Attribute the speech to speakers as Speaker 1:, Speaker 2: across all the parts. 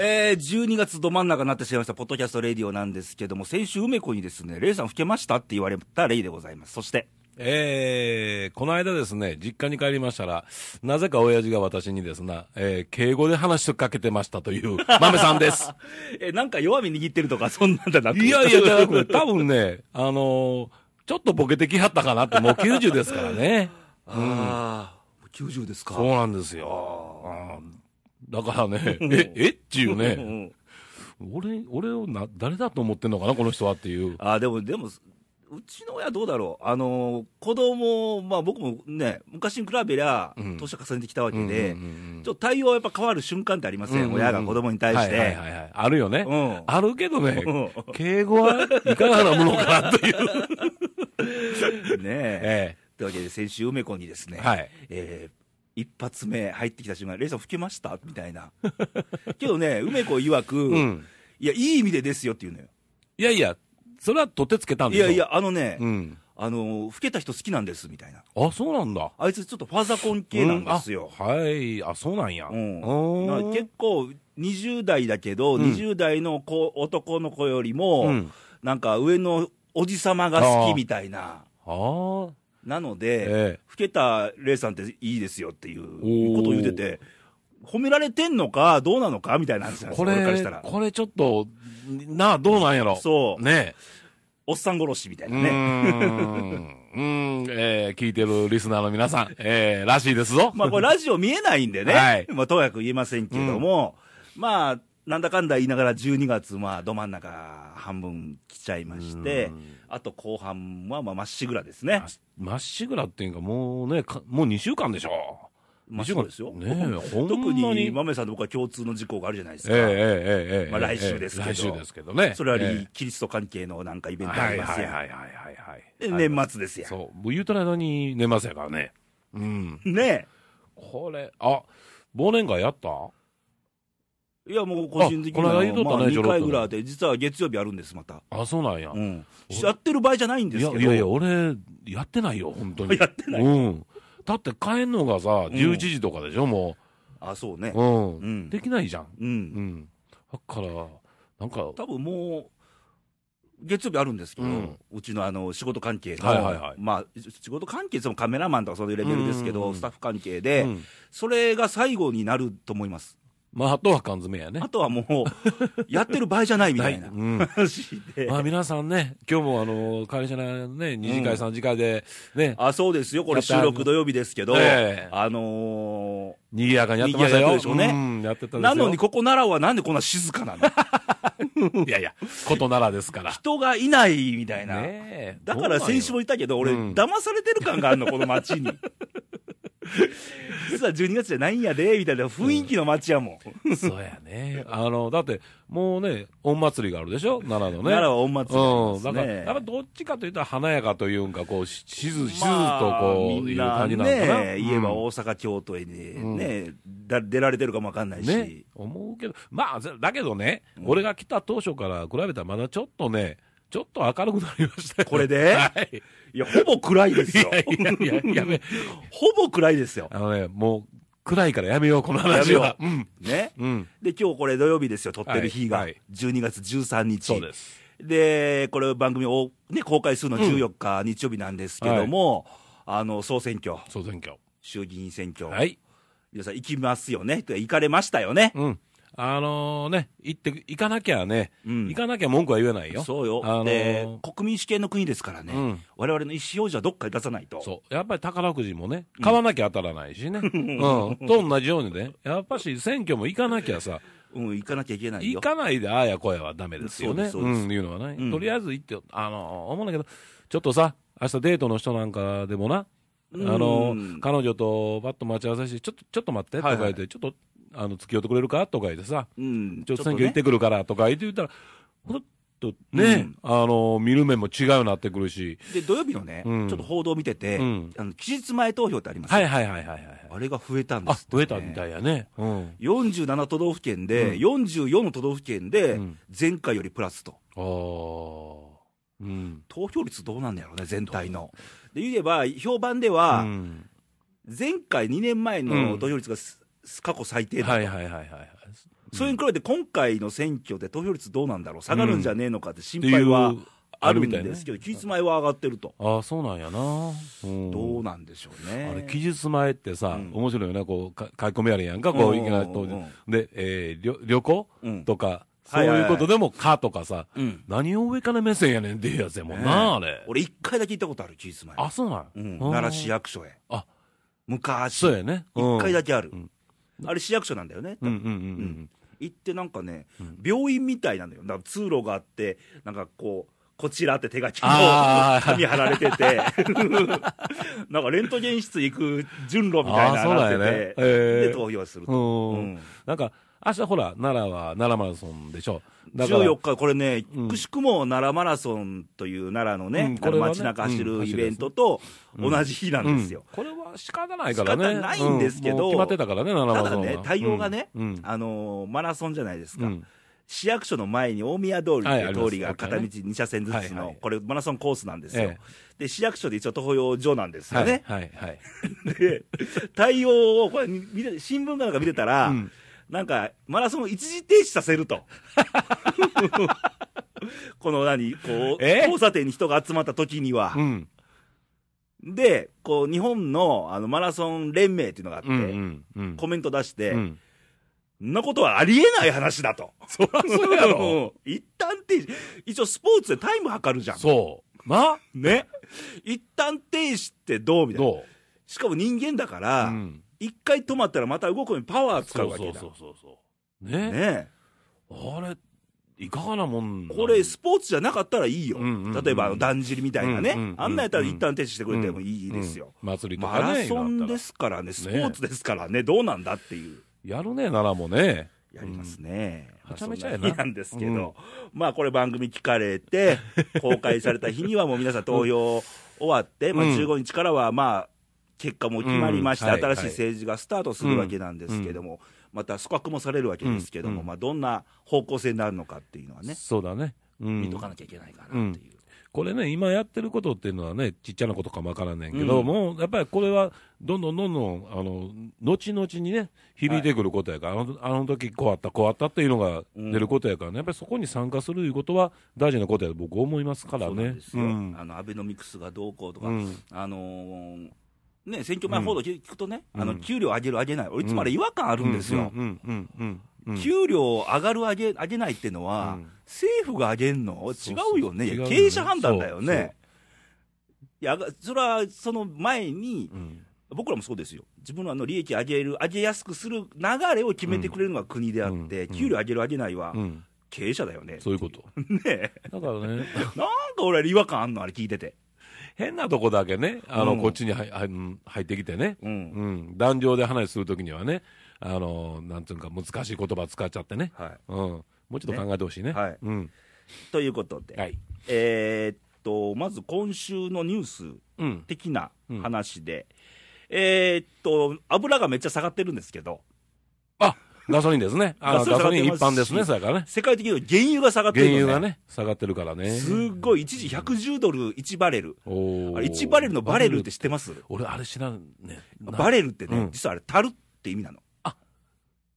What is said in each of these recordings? Speaker 1: えー、12月ど真ん中になってしまいました、ポッドキャストレディオなんですけども、先週、梅子にですね、レイさん老けましたって言われたレイでございます。そして、
Speaker 2: えー、この間ですね、実家に帰りましたら、なぜか親父が私にですな、えー、敬語で話しかけてましたと いう、豆さんです。
Speaker 1: え、なんか弱み握ってるとか、そんなんじゃなく
Speaker 2: いやいや、じゃな くて多分ね、あのーちょっとボケてきはったかなって、もう90ですからね。
Speaker 1: ああ、90ですか。
Speaker 2: そうなんですよ。うんだからね、え、えっていう
Speaker 1: う
Speaker 2: ね、
Speaker 1: ん
Speaker 2: 俺、俺をな、誰だと思ってんのかな、この人はっていう。
Speaker 1: あーでも、でも、うちの親どうだろう、あのー子供、まあ僕もね、昔に比べりゃ、
Speaker 2: うん
Speaker 1: 年を重ねてきたわ
Speaker 2: うん
Speaker 1: け
Speaker 2: うん
Speaker 1: で、
Speaker 2: うん
Speaker 1: ちょっと対応はやっぱ変わる瞬間ってありません、
Speaker 2: うんうん
Speaker 1: 親が子供に対して。
Speaker 2: はいはいはいはいあるよね。
Speaker 1: うん
Speaker 2: あるけどね、
Speaker 1: う
Speaker 2: 敬語はいかがなものかなという。
Speaker 1: ねえ。
Speaker 2: え
Speaker 1: というわけで、先週、梅子にですね、
Speaker 2: はい
Speaker 1: えー一発目入ってきた瞬間、レイさん、吹けましたみたいな。 けどね、梅子曰く、
Speaker 2: えうん。
Speaker 1: いや、いい意味でですよって言うのよ。
Speaker 2: いやいや、それは取ってつけたんで
Speaker 1: い
Speaker 2: しょ
Speaker 1: やい。や、あのね、
Speaker 2: うん。
Speaker 1: あの、吹けた人好きなんです、みたいな。
Speaker 2: あ、そうなんだ。
Speaker 1: あいつちょっとファザコン系なんですよ。
Speaker 2: うんあはい。あ、そうなんや。
Speaker 1: うん
Speaker 2: お
Speaker 1: な
Speaker 2: ー
Speaker 1: んか結構20代だけど、
Speaker 2: うん
Speaker 1: 20代の子男の子よりも、
Speaker 2: うん
Speaker 1: なんか上のおじさまが好きみたいな、
Speaker 2: あー
Speaker 1: なので、
Speaker 2: ええ
Speaker 1: 老けたレイさんっていいですよっていう
Speaker 2: ー
Speaker 1: ことを言ってて、褒められてんのか、どうなのかみたいな話なんです
Speaker 2: こ
Speaker 1: よ、俺からし
Speaker 2: れ
Speaker 1: たら、。
Speaker 2: これちょっと、なあ、どうなんやろ。
Speaker 1: そう
Speaker 2: ね
Speaker 1: おっさん殺しみたい
Speaker 2: え。う
Speaker 1: な
Speaker 2: ー
Speaker 1: ね。
Speaker 2: ん。うーん。えー聞いてるリスナーの皆さん、えーらしいですぞ。
Speaker 1: まあこれラジオ見えないんでね、
Speaker 2: はい
Speaker 1: まあとやかく言えませんけども、まあ、なんだかんだ言いながら12月、まあど真ん中半分来ちゃいまして
Speaker 2: うん、
Speaker 1: あと後半はまあまっしぐらですね。
Speaker 2: まっしぐらっていうか、もうね、かもう2週間でしょ。
Speaker 1: まあ
Speaker 2: 二週間
Speaker 1: そうですよ
Speaker 2: ねえ、ほんま
Speaker 1: 特に豆さんと僕は共通の事項があるじゃないですか、
Speaker 2: ええええええ
Speaker 1: まあ来週ですけど
Speaker 2: 来週ですけどね。
Speaker 1: それはり、
Speaker 2: え
Speaker 1: キリスト関係のなんかイ
Speaker 2: え
Speaker 1: ベントあ
Speaker 2: はい
Speaker 1: り
Speaker 2: は
Speaker 1: ま
Speaker 2: い
Speaker 1: す
Speaker 2: はい
Speaker 1: やん、
Speaker 2: はいはいはい。
Speaker 1: で
Speaker 2: はい
Speaker 1: 年末ですやん、
Speaker 2: そう。もう言うたら間に年末やからね。うん。
Speaker 1: ね
Speaker 2: これ、あ、忘年会やった
Speaker 1: えいやもう個人的に
Speaker 2: あこの
Speaker 1: は、
Speaker 2: 間言うと
Speaker 1: ま
Speaker 2: ったね
Speaker 1: あ、
Speaker 2: ちょ
Speaker 1: 2
Speaker 2: ろっと
Speaker 1: 回ぐらいあって、実は月曜日あるんです、また、
Speaker 2: あ、そうなんや。
Speaker 1: うん、やってる場合じゃないんで
Speaker 2: い
Speaker 1: す
Speaker 2: や
Speaker 1: けど、
Speaker 2: いやいや、俺、やってないよ、本当に。
Speaker 1: やってない
Speaker 2: うん。だって帰んのがさ、11時とかでしょ、も
Speaker 1: あそうね
Speaker 2: う。、うん。
Speaker 1: うん
Speaker 2: できないじゃん。
Speaker 1: うん
Speaker 2: うん。だから、なんか、
Speaker 1: 多分もう、月曜日あるんですけど、う
Speaker 2: うん
Speaker 1: ちのあの仕事関係の、
Speaker 2: はいはいはい
Speaker 1: まあ、仕事関係、そのカメラマンとかそういうレベルですけど、
Speaker 2: うんうんうん
Speaker 1: スタッフ関係で、
Speaker 2: うん
Speaker 1: それが最後になると思います。
Speaker 2: まあ、あとは缶詰やね
Speaker 1: あ。とはもう、やってる場合じゃないみたいな
Speaker 2: はいうん
Speaker 1: 話で。
Speaker 2: まあ皆さんね、今日もあの、会社のね、二次会、三次会で、ね、
Speaker 1: あ、そうですよ。これ収録土曜日ですけど、
Speaker 2: ええ
Speaker 1: あの
Speaker 2: 賑やかにやってました
Speaker 1: 賑やか
Speaker 2: よ。
Speaker 1: でしょうね
Speaker 2: ん、やってた
Speaker 1: ー
Speaker 2: んです
Speaker 1: な
Speaker 2: よ。
Speaker 1: のに、ここ奈良はなんでこんな静かなの
Speaker 2: いやいや、ことならですから。
Speaker 1: 人がいないみたいな。
Speaker 2: ねえ
Speaker 1: だから先週も言ったけど、俺、
Speaker 2: うん
Speaker 1: 騙されてる感があるの、この街 に。実は12月じゃないんやで、みたいな雰囲気の街やもん。
Speaker 2: そうやね。 あの、だって、もうね、御祭りがあるでしょ奈良のね。
Speaker 1: 奈良は御祭りがありますね
Speaker 2: うん。だから、やっぱどっちかというと華やかというんか、こう、ししず、しずと
Speaker 1: まあ
Speaker 2: こう、
Speaker 1: みん
Speaker 2: いう
Speaker 1: な
Speaker 2: 感じなのかな。
Speaker 1: ね、言えば
Speaker 2: うん
Speaker 1: 大阪、京都へね、
Speaker 2: うん
Speaker 1: ねだ出られてるかもわかんないし。
Speaker 2: ね、思うけど、まあ、ぜだけどね、俺が来た当初から比べたら、まだちょっとね、ちょっと明るくなりましたよ
Speaker 1: これで
Speaker 2: はい。
Speaker 1: いや、ほぼ暗いですよ。
Speaker 2: いやいやいややめ、
Speaker 1: ほぼ暗いですよ。
Speaker 2: あのね、もう、暗いからやめよう、この話は。
Speaker 1: や
Speaker 2: うん。
Speaker 1: ね。
Speaker 2: うん。
Speaker 1: で、今日これ土曜日ですよ、撮ってる日が。
Speaker 2: はいはい
Speaker 1: 12月13日。
Speaker 2: そうです。
Speaker 1: でこれ番組を、ね、公開するの14日、日曜日なんですけども、あの、総選挙、
Speaker 2: 総選挙。
Speaker 1: 衆議院選挙、
Speaker 2: はい。
Speaker 1: 皆さん行きますよね、てか行かれましたよね。
Speaker 2: うん。あのね、行って、行かなきゃね、
Speaker 1: うん
Speaker 2: 行かなきゃ文句は言えないよ。
Speaker 1: そうよ、
Speaker 2: あのー
Speaker 1: で、国民主権の国ですからね、
Speaker 2: うん
Speaker 1: 我々の意思表示はどっかに出さないと、
Speaker 2: そう。やっぱり宝くじもね、買わなきゃ当たらないしね。うん。と同じようにね、やっぱし選挙も行かなきゃさ、
Speaker 1: うん、行かなきゃいけない
Speaker 2: 行
Speaker 1: よ、
Speaker 2: かないでああやこやはダメですよね。
Speaker 1: そうですそうです
Speaker 2: ん、いうのはね、
Speaker 1: うん
Speaker 2: とりあえず行って、あの、思うんだけど、ちょっとさ、明日デートの人なんかでもな、あ
Speaker 1: うん
Speaker 2: の、彼女とパッと待ち合わせして、ちょっと、ちょっと待って、とか言って、
Speaker 1: はいは
Speaker 2: ちょっと、あの、付き合ってくれるかとか言ってさ、
Speaker 1: うん、
Speaker 2: ちょっと選挙行ってくるからとか言って言ったら、ほんとね、
Speaker 1: うん
Speaker 2: あの、見る目も違うようになってくるし、
Speaker 1: で土曜日のね、
Speaker 2: うん
Speaker 1: ちょっと報道を見てて、
Speaker 2: うん
Speaker 1: あの期日前投票ってありますよ、
Speaker 2: はいはいはいはいはいはい。
Speaker 1: あれが増えたんで
Speaker 2: あ
Speaker 1: す、、
Speaker 2: 増えたみ
Speaker 1: い
Speaker 2: たいやね。うん。
Speaker 1: 47都道府県で、44の都道府県で
Speaker 2: うん、
Speaker 1: 前回よりプラスと、
Speaker 2: ああ。うん。
Speaker 1: 投票率どうなんだろうね、全体の。で言えば、評判では、
Speaker 2: うん
Speaker 1: 前回2年前
Speaker 2: う
Speaker 1: の
Speaker 2: ん
Speaker 1: 投票率がす過去最低だ、
Speaker 2: はいはいはいはいはい。
Speaker 1: それに比べて今回の選挙で投票率どうなんだろう、下がるんじゃねえのかって心配は
Speaker 2: っていう
Speaker 1: あ
Speaker 2: ある
Speaker 1: る
Speaker 2: み
Speaker 1: ん
Speaker 2: たいね
Speaker 1: ですけど、期日前は上がってると、
Speaker 2: ああ、そうなんやな。うん
Speaker 1: どうなんでしょうね。
Speaker 2: あれ、期日前ってさ、
Speaker 1: うん
Speaker 2: 面白いよね、こう、か書き込みあるやんか、こ
Speaker 1: う
Speaker 2: う、
Speaker 1: ん
Speaker 2: いきなりと
Speaker 1: うん、
Speaker 2: で、えー、りょ旅行
Speaker 1: うん
Speaker 2: とか、そ
Speaker 1: は
Speaker 2: う
Speaker 1: いはいはい
Speaker 2: いうことでも、かとかさ、
Speaker 1: うん
Speaker 2: 何を上から目線やねんっていうやつやもん
Speaker 1: ね
Speaker 2: な、あれ。
Speaker 1: 俺、一回だけ行ったことある、期日前、
Speaker 2: あ、そうなんや
Speaker 1: うん、
Speaker 2: あー
Speaker 1: 奈良市役所へ、
Speaker 2: あ、
Speaker 1: 昔、
Speaker 2: そうやね。うん
Speaker 1: 一回だけある、
Speaker 2: うん
Speaker 1: あれ、市役所なんだよね、
Speaker 2: うんうんうん
Speaker 1: 行ってなんかね、
Speaker 2: ん
Speaker 1: 病院みたいなのよ、だから通路があって、なんかこう、こちらって手書きの
Speaker 2: あー
Speaker 1: 紙貼られてて、 なんかレントゲン室行く順路みたいなのになってて、
Speaker 2: あーそうだよねへー
Speaker 1: で投票する
Speaker 2: う
Speaker 1: と。
Speaker 2: ん。う
Speaker 1: うんん。
Speaker 2: なんか、明日ほら、奈良は奈良マラソンでしょ。だから、
Speaker 1: 14日、これね、
Speaker 2: うん
Speaker 1: くしくも奈良マラソンという奈良のね、
Speaker 2: うんこれはね
Speaker 1: 街中走
Speaker 2: うん
Speaker 1: る
Speaker 2: 走
Speaker 1: イ
Speaker 2: るやつ
Speaker 1: ベントと同じ日な
Speaker 2: うんん
Speaker 1: ですよ。
Speaker 2: これは仕方ないからね。
Speaker 1: 仕方ないんですけど
Speaker 2: うもう決まってたからね、奈
Speaker 1: た
Speaker 2: 良マラ
Speaker 1: だ
Speaker 2: ソンは。
Speaker 1: ね、対応がね、
Speaker 2: うんうん
Speaker 1: あのーマラソンじゃないです
Speaker 2: う
Speaker 1: か、
Speaker 2: ん
Speaker 1: 市役所の前に大宮通りと
Speaker 2: はいあ
Speaker 1: い
Speaker 2: り
Speaker 1: う
Speaker 2: ます
Speaker 1: 通りが片道2車線ず
Speaker 2: は
Speaker 1: つ
Speaker 2: いは
Speaker 1: の
Speaker 2: い、
Speaker 1: これ、マラソンコースなんですよ
Speaker 2: え。
Speaker 1: で、市役所で一応、投票所なんです
Speaker 2: は
Speaker 1: よ
Speaker 2: い
Speaker 1: ね。
Speaker 2: はいはい。
Speaker 1: で、対応を、これ、見て新聞なんか見てたら
Speaker 2: うん、
Speaker 1: なんか、マラソンを一時停止させる と。この何、こう、
Speaker 2: え
Speaker 1: 交差点に人が集まった時には
Speaker 2: う。ん。
Speaker 1: で、こう、日本のあのマラソン連盟っていうのがあっ
Speaker 2: うんう
Speaker 1: て、
Speaker 2: んうん。
Speaker 1: コメント出して、
Speaker 2: うん
Speaker 1: んなことはありえない話だと。そりゃ
Speaker 2: そうやろ。
Speaker 1: 一旦停止。一応スポーツでタイム測るじゃん。
Speaker 2: そう。な
Speaker 1: ね。一旦停止ってどうみたいな。
Speaker 2: どう
Speaker 1: しかも人間だか
Speaker 2: う
Speaker 1: ら、
Speaker 2: ん。
Speaker 1: 一回止まったらまた動くのにパワー使
Speaker 2: そうう
Speaker 1: わ
Speaker 2: そ
Speaker 1: け
Speaker 2: う
Speaker 1: だ。
Speaker 2: そうそうそう。ね
Speaker 1: ね
Speaker 2: あれ、いかがなもんなん
Speaker 1: これ、スポーツじゃなかったらいいよ。
Speaker 2: うんうんうん
Speaker 1: 例えば、あの、だんじりみたいなね。
Speaker 2: うんうんうん
Speaker 1: あんなんやったら一旦停止してくれてもいいですよ。
Speaker 2: うん祭りと
Speaker 1: マ
Speaker 2: かね。
Speaker 1: ラソンで
Speaker 2: 今だっ
Speaker 1: すからね、スポーツですからね、どうなんだっていう。
Speaker 2: たら。やるね、奈良もね。
Speaker 1: やりますね。
Speaker 2: うんはちゃ
Speaker 1: まあ
Speaker 2: めちゃやな
Speaker 1: そん日なんですけど、まあこれ番組聞かれ て、公開された日にはもう皆さん投票終わって、まあ
Speaker 2: うん
Speaker 1: 15日からはまあ、結果も決まりまして、
Speaker 2: うんはい
Speaker 1: 新しい政治がスタートするわけなんですけども、また組閣もされるわけですけども、
Speaker 2: うん
Speaker 1: まあどんな方向性になるのかっていうのはね、
Speaker 2: そうだね。うん
Speaker 1: 見とかなきゃいけないかなっていう。
Speaker 2: これね、今やってることっていうのはね、ちっちゃなことかもわからんねんけど、
Speaker 1: うん
Speaker 2: もうやっぱりこれは、どんどんどんどん、あの、後々にね、響いてくることやから、あのあの時こうあった、こうあったっていうのが出ることやからね、やっぱりそこに参加するいうことは大事なことやと僕思いますから
Speaker 1: そうな
Speaker 2: ね
Speaker 1: んです。よ、
Speaker 2: うん
Speaker 1: あのアベノミクスがどうこうとか、
Speaker 2: うん
Speaker 1: あのーね、選挙前報道聞くとね、
Speaker 2: うん
Speaker 1: あの給料上げる、上げない、俺、いつもあれ、違和感あ
Speaker 2: あ
Speaker 1: るんですよ、
Speaker 2: うんうんうんうんうん
Speaker 1: 給料上がる上げ上げないってのは、
Speaker 2: うん
Speaker 1: 政府が上げるの
Speaker 2: そ
Speaker 1: 違
Speaker 2: うそう
Speaker 1: うよね
Speaker 2: 違うよね
Speaker 1: 経営者判断だよね。いや、がそれはその前に、
Speaker 2: うん
Speaker 1: 僕らもそうですよ、自分のあの利益上げる、上げやすくする流れを決めてくれるのが国であって、
Speaker 2: うん
Speaker 1: 給料上げる、上げないは
Speaker 2: うん
Speaker 1: 経営者だよね、
Speaker 2: そういうこと。
Speaker 1: ねえ
Speaker 2: だからね、
Speaker 1: なんか俺、違和感あんの、あれ聞いてて、
Speaker 2: 変なとこだけね、あの、
Speaker 1: うん
Speaker 2: こっちに入入入ってきてね、
Speaker 1: うん
Speaker 2: うん、壇上で話するときにはね、あの、なんていうか、難しい言葉使っちゃってね、
Speaker 1: はい
Speaker 2: うん、もうちょっと考えてほしいね。
Speaker 1: ねはい
Speaker 2: うん。
Speaker 1: ということで、
Speaker 2: はい。
Speaker 1: えーっと、まず今週のニュース
Speaker 2: うん。
Speaker 1: 的な話で、えーっと、油がめっちゃ下がってるんですけど、
Speaker 2: あ、ガソリンですね。あのガ
Speaker 1: ガ
Speaker 2: ソ
Speaker 1: ソリ
Speaker 2: リン
Speaker 1: ン
Speaker 2: 一
Speaker 1: 下が
Speaker 2: 般
Speaker 1: ってますし
Speaker 2: ですね、そやからね。
Speaker 1: 世界的には原油が下がって
Speaker 2: 原
Speaker 1: るの、ね、
Speaker 2: 油がね、下がってるからね。
Speaker 1: すっごい、一時110ドル1バレル、
Speaker 2: おー
Speaker 1: あれ1バレルのバレルって知ってます
Speaker 2: 俺、あれ知らんね。
Speaker 1: バ
Speaker 2: レ
Speaker 1: レルってね、
Speaker 2: うん
Speaker 1: 実はあれ、たるって意味なの、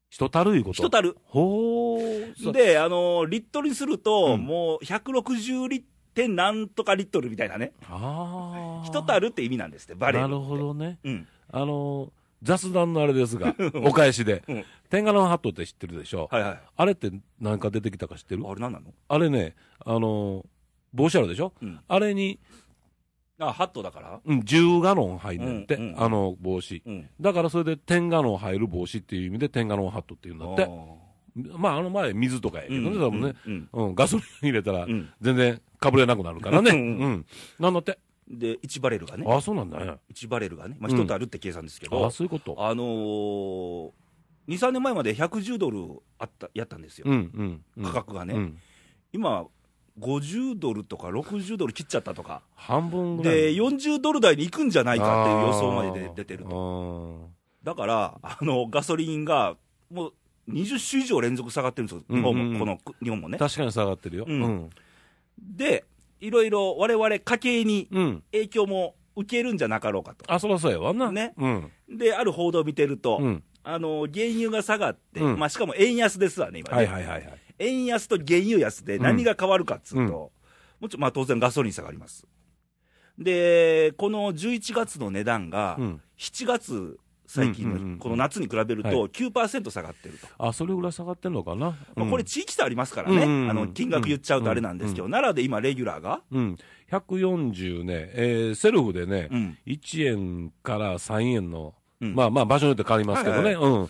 Speaker 2: 人たるいうこと。
Speaker 1: 人たる。
Speaker 2: ほー。そう
Speaker 1: で、あのーリットルにすると、
Speaker 2: うん
Speaker 1: もう160リッ点なんとかリットルみたいなね、
Speaker 2: ああ。
Speaker 1: 人たるって意味なんですって、バレルっ
Speaker 2: な
Speaker 1: て。
Speaker 2: るほどね。
Speaker 1: うん
Speaker 2: あの、雑談のあれですが、お返しで
Speaker 1: うん。
Speaker 2: 天下のハットって知ってるでしょ。
Speaker 1: はいはい、
Speaker 2: あれって何か出てきたか知ってる
Speaker 1: あれ、なんなの
Speaker 2: あれね、あの、帽子あるでしょ
Speaker 1: うん
Speaker 2: あれに、
Speaker 1: あ、ハットだから、
Speaker 2: うん、10ガロン入んねんって、
Speaker 1: うんうん
Speaker 2: あの帽子。
Speaker 1: うん、
Speaker 2: だからそれで天ガロン入る帽子っていう意味で天ガロンハットっていうんだって。まああの前水とかやけどね、多分ね、
Speaker 1: うん
Speaker 2: うん、ガソリン入れたら
Speaker 1: うん
Speaker 2: 全然かぶれなくなるからね。う
Speaker 1: うんん。
Speaker 2: なんだって。
Speaker 1: で、1バレルがね、
Speaker 2: ああ、そうなんだね。
Speaker 1: 1バレルがね、まあ、
Speaker 2: うん
Speaker 1: 1たるって計算ですけ
Speaker 2: あ
Speaker 1: ど、
Speaker 2: あ、そういうこと。
Speaker 1: あのー、2、3年前まで110ドルあったやったんですよ、
Speaker 2: うんうんうん。
Speaker 1: 価格がね、
Speaker 2: うん。
Speaker 1: 今、50ドルとか60ドル切っちゃったとか、
Speaker 2: 半分ぐらい。
Speaker 1: で、40ドル台に行くんじゃないかっていう予想まで
Speaker 2: あ
Speaker 1: で
Speaker 2: ー
Speaker 1: 出てると、
Speaker 2: と。
Speaker 1: だから、あのガソリンがもう20種以上連続下がってるんですよ、
Speaker 2: うん
Speaker 1: 日本も、
Speaker 2: うんうん
Speaker 1: この日本もね。
Speaker 2: 確かに下がってるよ。う
Speaker 1: うん
Speaker 2: ん。
Speaker 1: で、いろいろ我々家計に
Speaker 2: うん。
Speaker 1: 影響も受けるんじゃなかろうかと。
Speaker 2: あ、そらそうやわな。
Speaker 1: ね
Speaker 2: うん。
Speaker 1: で、ある報道を見てると、
Speaker 2: うん。
Speaker 1: あの原油が下がって、
Speaker 2: うん
Speaker 1: まあ、しかも円安ですわね、今ね、
Speaker 2: はいはいはいはい。
Speaker 1: 円安と原油安で何が変わるかっつうと、
Speaker 2: うん
Speaker 1: もちろん、まあ、当然ガソリン下がります。で、この11月の値段が、
Speaker 2: うん
Speaker 1: 7月、最近
Speaker 2: うんうんう
Speaker 1: の
Speaker 2: ん
Speaker 1: この夏に比べると
Speaker 2: はい
Speaker 1: 9%下がってると、
Speaker 2: あ、それぐらい下がってんのかな。
Speaker 1: まあ、
Speaker 2: うん
Speaker 1: これ、地域差ありますからね、
Speaker 2: うんうんうん
Speaker 1: あの金額言っちゃうとあれなんですけど、奈良で今、レギュラーが、
Speaker 2: うん、140ね、えーセルフでね、
Speaker 1: うん
Speaker 2: 1円から3円の、
Speaker 1: うん
Speaker 2: まあまあ場所によって変わりますけどね、
Speaker 1: はい
Speaker 2: うん。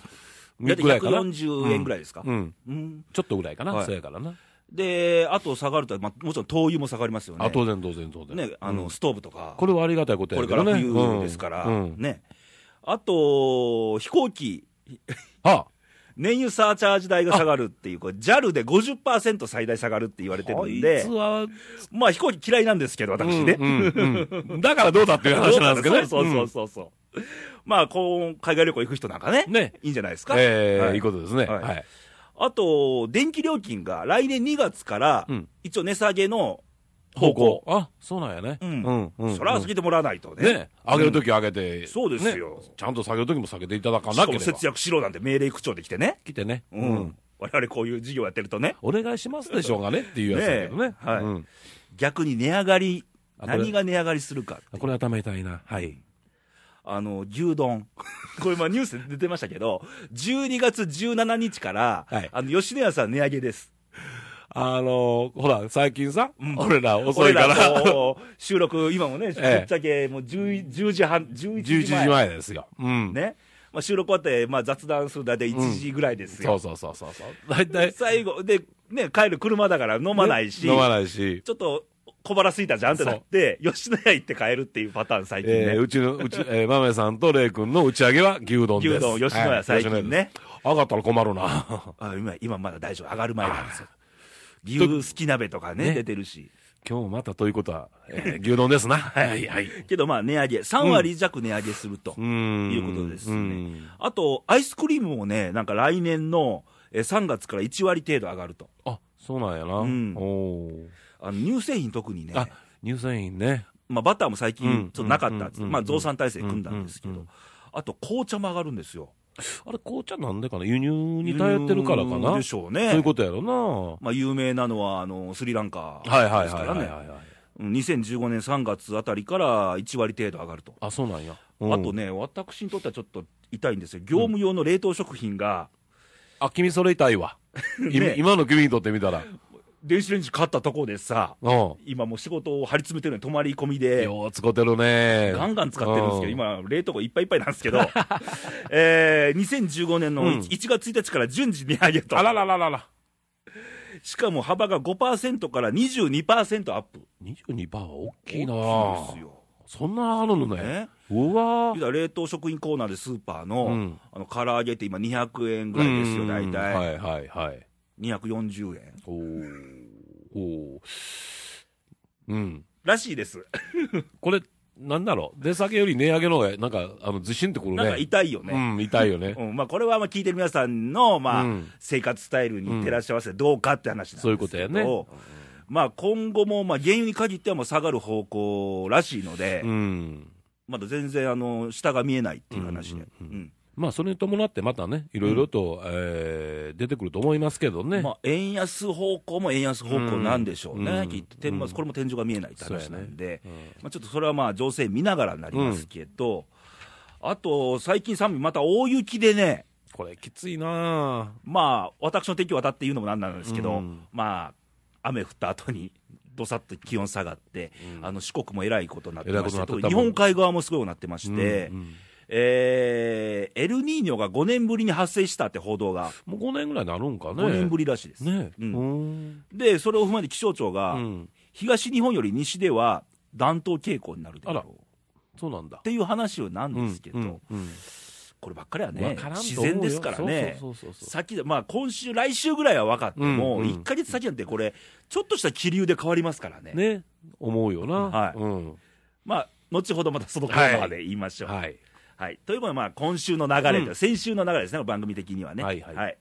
Speaker 1: だって
Speaker 2: ぐらいかな。
Speaker 1: 140円ぐらいですか、
Speaker 2: うん。
Speaker 1: うん
Speaker 2: ちょっとぐらいかな、
Speaker 1: はい
Speaker 2: そうやからな。
Speaker 1: で、あと下がると、まあ、もちろん灯油も下がりますよね、
Speaker 2: あ、当然当然当然。
Speaker 1: ね、あのストーブとか、
Speaker 2: これはありがたいこと
Speaker 1: こ
Speaker 2: や
Speaker 1: れ
Speaker 2: け
Speaker 1: か
Speaker 2: ど
Speaker 1: ら
Speaker 2: ね。
Speaker 1: 冬ですから、
Speaker 2: うんうん
Speaker 1: ね、あと飛行機、
Speaker 2: あ
Speaker 1: 燃油サーチャージ代が下がるっていう、これ JAL で50%最大下がるって言われてる
Speaker 2: こ
Speaker 1: ん
Speaker 2: い
Speaker 1: で
Speaker 2: つ、は、
Speaker 1: まあ飛行機嫌いなんですけど、私ね。
Speaker 2: うんうんだからどうだっていう話なんですけどね。
Speaker 1: そうそうそうそう。まあ、こう、海外旅行行く人なんかね、
Speaker 2: ね
Speaker 1: いいんじゃないです
Speaker 2: うん
Speaker 1: か。
Speaker 2: えー
Speaker 1: はい
Speaker 2: いいことですね。
Speaker 1: はい
Speaker 2: はい。
Speaker 1: あと、電気料金が来年2月から
Speaker 2: うん、
Speaker 1: 一応値下げの方
Speaker 2: 方
Speaker 1: 向。。
Speaker 2: 向あ、そうなんやね。
Speaker 1: うん
Speaker 2: う
Speaker 1: それは下げてもらわないとね。
Speaker 2: ね、上げるとき上げて、
Speaker 1: そうですよ
Speaker 2: ねちゃんと下げるときも下げていただか
Speaker 1: し
Speaker 2: な
Speaker 1: か
Speaker 2: け
Speaker 1: も
Speaker 2: れば。
Speaker 1: 節約しろなんて命令口調できてね。
Speaker 2: 来てね、
Speaker 1: うん。我々こういう事業やってるとね、
Speaker 2: お願いしますでしょうがねっていうやつだけどね。
Speaker 1: ねえはい
Speaker 2: うん
Speaker 1: 逆に値上がり、
Speaker 2: あこれ
Speaker 1: 何が値上がりするかっていう
Speaker 2: これ頭痛いな。はい。
Speaker 1: あの、牛丼。 これ、まあ、ニュースで出てましたけど、12月17日から、
Speaker 2: はい
Speaker 1: あの、吉野家さん値上げです。
Speaker 2: あのーほら、最近さ、
Speaker 1: うん
Speaker 2: 俺ら遅いから、
Speaker 1: 俺らこう収録、今もね、ぶ
Speaker 2: ええ
Speaker 1: っちゃけ、もう 10, 10時半、11
Speaker 2: 11
Speaker 1: 時前。
Speaker 2: 時前ですよ。うん。
Speaker 1: ね。まあ、収録終わって、まあ、雑談する大体1時ぐらいです
Speaker 2: そ
Speaker 1: よ。
Speaker 2: うそうそうそうそう。大体、
Speaker 1: 最後、で、ね、帰る車だから飲まないし、
Speaker 2: 飲まないし。
Speaker 1: ちょっと小腹すいたじゃんってなって、吉野家行って帰るっていうパターン、最近ね。
Speaker 2: えーうちの、うち、えー、まめさんとれいくんの打ち上げは牛丼です。
Speaker 1: 牛丼吉野家
Speaker 2: はい
Speaker 1: 最近ね。
Speaker 2: 吉野家です上がったら困るな。
Speaker 1: あ今、今まだ大丈夫。上がる前なんですよ。牛すき鍋とかね、
Speaker 2: ね
Speaker 1: 出てるし。
Speaker 2: 今日もまたということは、えー牛丼ですな。はいはい。
Speaker 1: けどまあ値上げ、3割弱値上げすると、
Speaker 2: うん。
Speaker 1: いうことですね、
Speaker 2: うん
Speaker 1: あと、アイスクリームもね、なんか来年のえー3月から1割程度上がると、
Speaker 2: あ、そうなんやな。
Speaker 1: うん
Speaker 2: おー
Speaker 1: あの乳製品、特にね、
Speaker 2: あ、乳製品ね。
Speaker 1: まあ、バターも最
Speaker 2: う
Speaker 1: 近
Speaker 2: ん、
Speaker 1: ちょっとなかったっつって、
Speaker 2: うん
Speaker 1: まあ、増産体制組んだんですけ
Speaker 2: うんう
Speaker 1: ど、あと紅茶も上がるんですよ。
Speaker 2: あれ、紅茶なんでかな輸入に頼ってるからかな。
Speaker 1: でしょうね。
Speaker 2: そういうことやろな。
Speaker 1: まあ、有名なのはあのスリランカですか
Speaker 2: は
Speaker 1: ら
Speaker 2: い
Speaker 1: ね、
Speaker 2: はいはいはいはいはい。
Speaker 1: うん2015年3月あたりから1割程度上がると、
Speaker 2: あ、そうなんや。
Speaker 1: あと
Speaker 2: ね。
Speaker 1: ね、私にとってはちょっと痛いんですよ、業務用の冷凍食品が、
Speaker 2: あ、君それ痛いわ。今
Speaker 1: ね
Speaker 2: 今の君にとってみたら。
Speaker 1: 電子レンジ買ったとこでさ、
Speaker 2: うん。よ
Speaker 1: 今もう仕事を張り詰めてるのに泊まり込みで、
Speaker 2: う使ってるね。
Speaker 1: ガンガン使ってるんですけど、
Speaker 2: う。
Speaker 1: 今、冷凍庫いっぱいいっぱいなんですけ ど、えー、2015年の
Speaker 2: うん
Speaker 1: 1,、月1日から順次値上げと、
Speaker 2: あららららら。
Speaker 1: しかも幅が5%から22%アップ、
Speaker 2: 22%は大きいな
Speaker 1: 大きいんですよ。
Speaker 2: そんなあるのね。
Speaker 1: ね、
Speaker 2: うわ
Speaker 1: 言うたら冷凍食品コーナーでスーパーの、
Speaker 2: うん
Speaker 1: あの唐揚げって今200円ぐらいですよ、大体、
Speaker 2: はいはいはい。
Speaker 1: 240円
Speaker 2: おーおーうん。
Speaker 1: らしいです、
Speaker 2: これ、なんだろう。出先より値上げの方が、なんか、あの、ずしんってくるね。
Speaker 1: なんか痛いよね、
Speaker 2: うん、痛いよね。
Speaker 1: うんまあ、これはまあ聞いてる皆さんの、まあ
Speaker 2: うん
Speaker 1: 生活スタイルに照らし合わせてどうかって話なんですけど
Speaker 2: そういうことやね
Speaker 1: まあ、今後も、まあ、原油に限ってはもう下がる方向らしいので、
Speaker 2: うん。
Speaker 1: まだ全然あの下が見えないっていう話で、
Speaker 2: うんうんう
Speaker 1: うん
Speaker 2: まあ、それに伴ってまたね、いろいろと、えー出てくると思いますけどね。
Speaker 1: まあ、円安方向も円安方向なんでしょうね、
Speaker 2: うん
Speaker 1: きっと天
Speaker 2: うん
Speaker 1: これも天井が見えないって話
Speaker 2: そう
Speaker 1: な
Speaker 2: やね
Speaker 1: んで、
Speaker 2: うん
Speaker 1: まあ、ちょっとそれはまあ情勢見ながらになりますけど、あと最近寒い、また大雪でね、
Speaker 2: これ、きついな
Speaker 1: まあ、私の敵を渡って言うのもなんなんですけど、
Speaker 2: うん
Speaker 1: まあ、雨降った後に、どさっと気温下がって、
Speaker 2: うん
Speaker 1: あの四国もえらいことになってまし
Speaker 2: えら
Speaker 1: て、
Speaker 2: い
Speaker 1: 特
Speaker 2: ことに
Speaker 1: に
Speaker 2: なってた
Speaker 1: 日本海側もすごいことになってまし
Speaker 2: ぁ。
Speaker 1: て、
Speaker 2: うんうん
Speaker 1: えーエルニーニョが5年ぶりに発生したって報道が、
Speaker 2: もう5年ぐらいになるんかね。
Speaker 1: 5年ぶりらしいです。
Speaker 2: ね
Speaker 1: うん
Speaker 2: うん
Speaker 1: で、それを踏まえて気象庁が、
Speaker 2: うん
Speaker 1: 東日本より西では暖冬傾向になるであ
Speaker 2: あら
Speaker 1: ろう
Speaker 2: そうなんだ
Speaker 1: っ。ていう話をなん
Speaker 2: うん
Speaker 1: ですけど、
Speaker 2: うんうん
Speaker 1: こればっかりは
Speaker 2: わ
Speaker 1: ね
Speaker 2: からんと思う
Speaker 1: 自
Speaker 2: よ
Speaker 1: 然ですからね。
Speaker 2: そうそうそうそう
Speaker 1: 先でまあ、今週、来週ぐらいは分かっても、
Speaker 2: うんうん
Speaker 1: 1か月先なんて、これ、ちょっとした気流で変わりますからね、
Speaker 2: ね、思うよな。
Speaker 1: はい
Speaker 2: うん
Speaker 1: まあ、後ほどまたそのコーナーで言いましょう。はい
Speaker 2: はい。
Speaker 1: ということで、まあ、今週の流れと、
Speaker 2: うん
Speaker 1: 先週の流れですね、番組的にはね。
Speaker 2: はいはい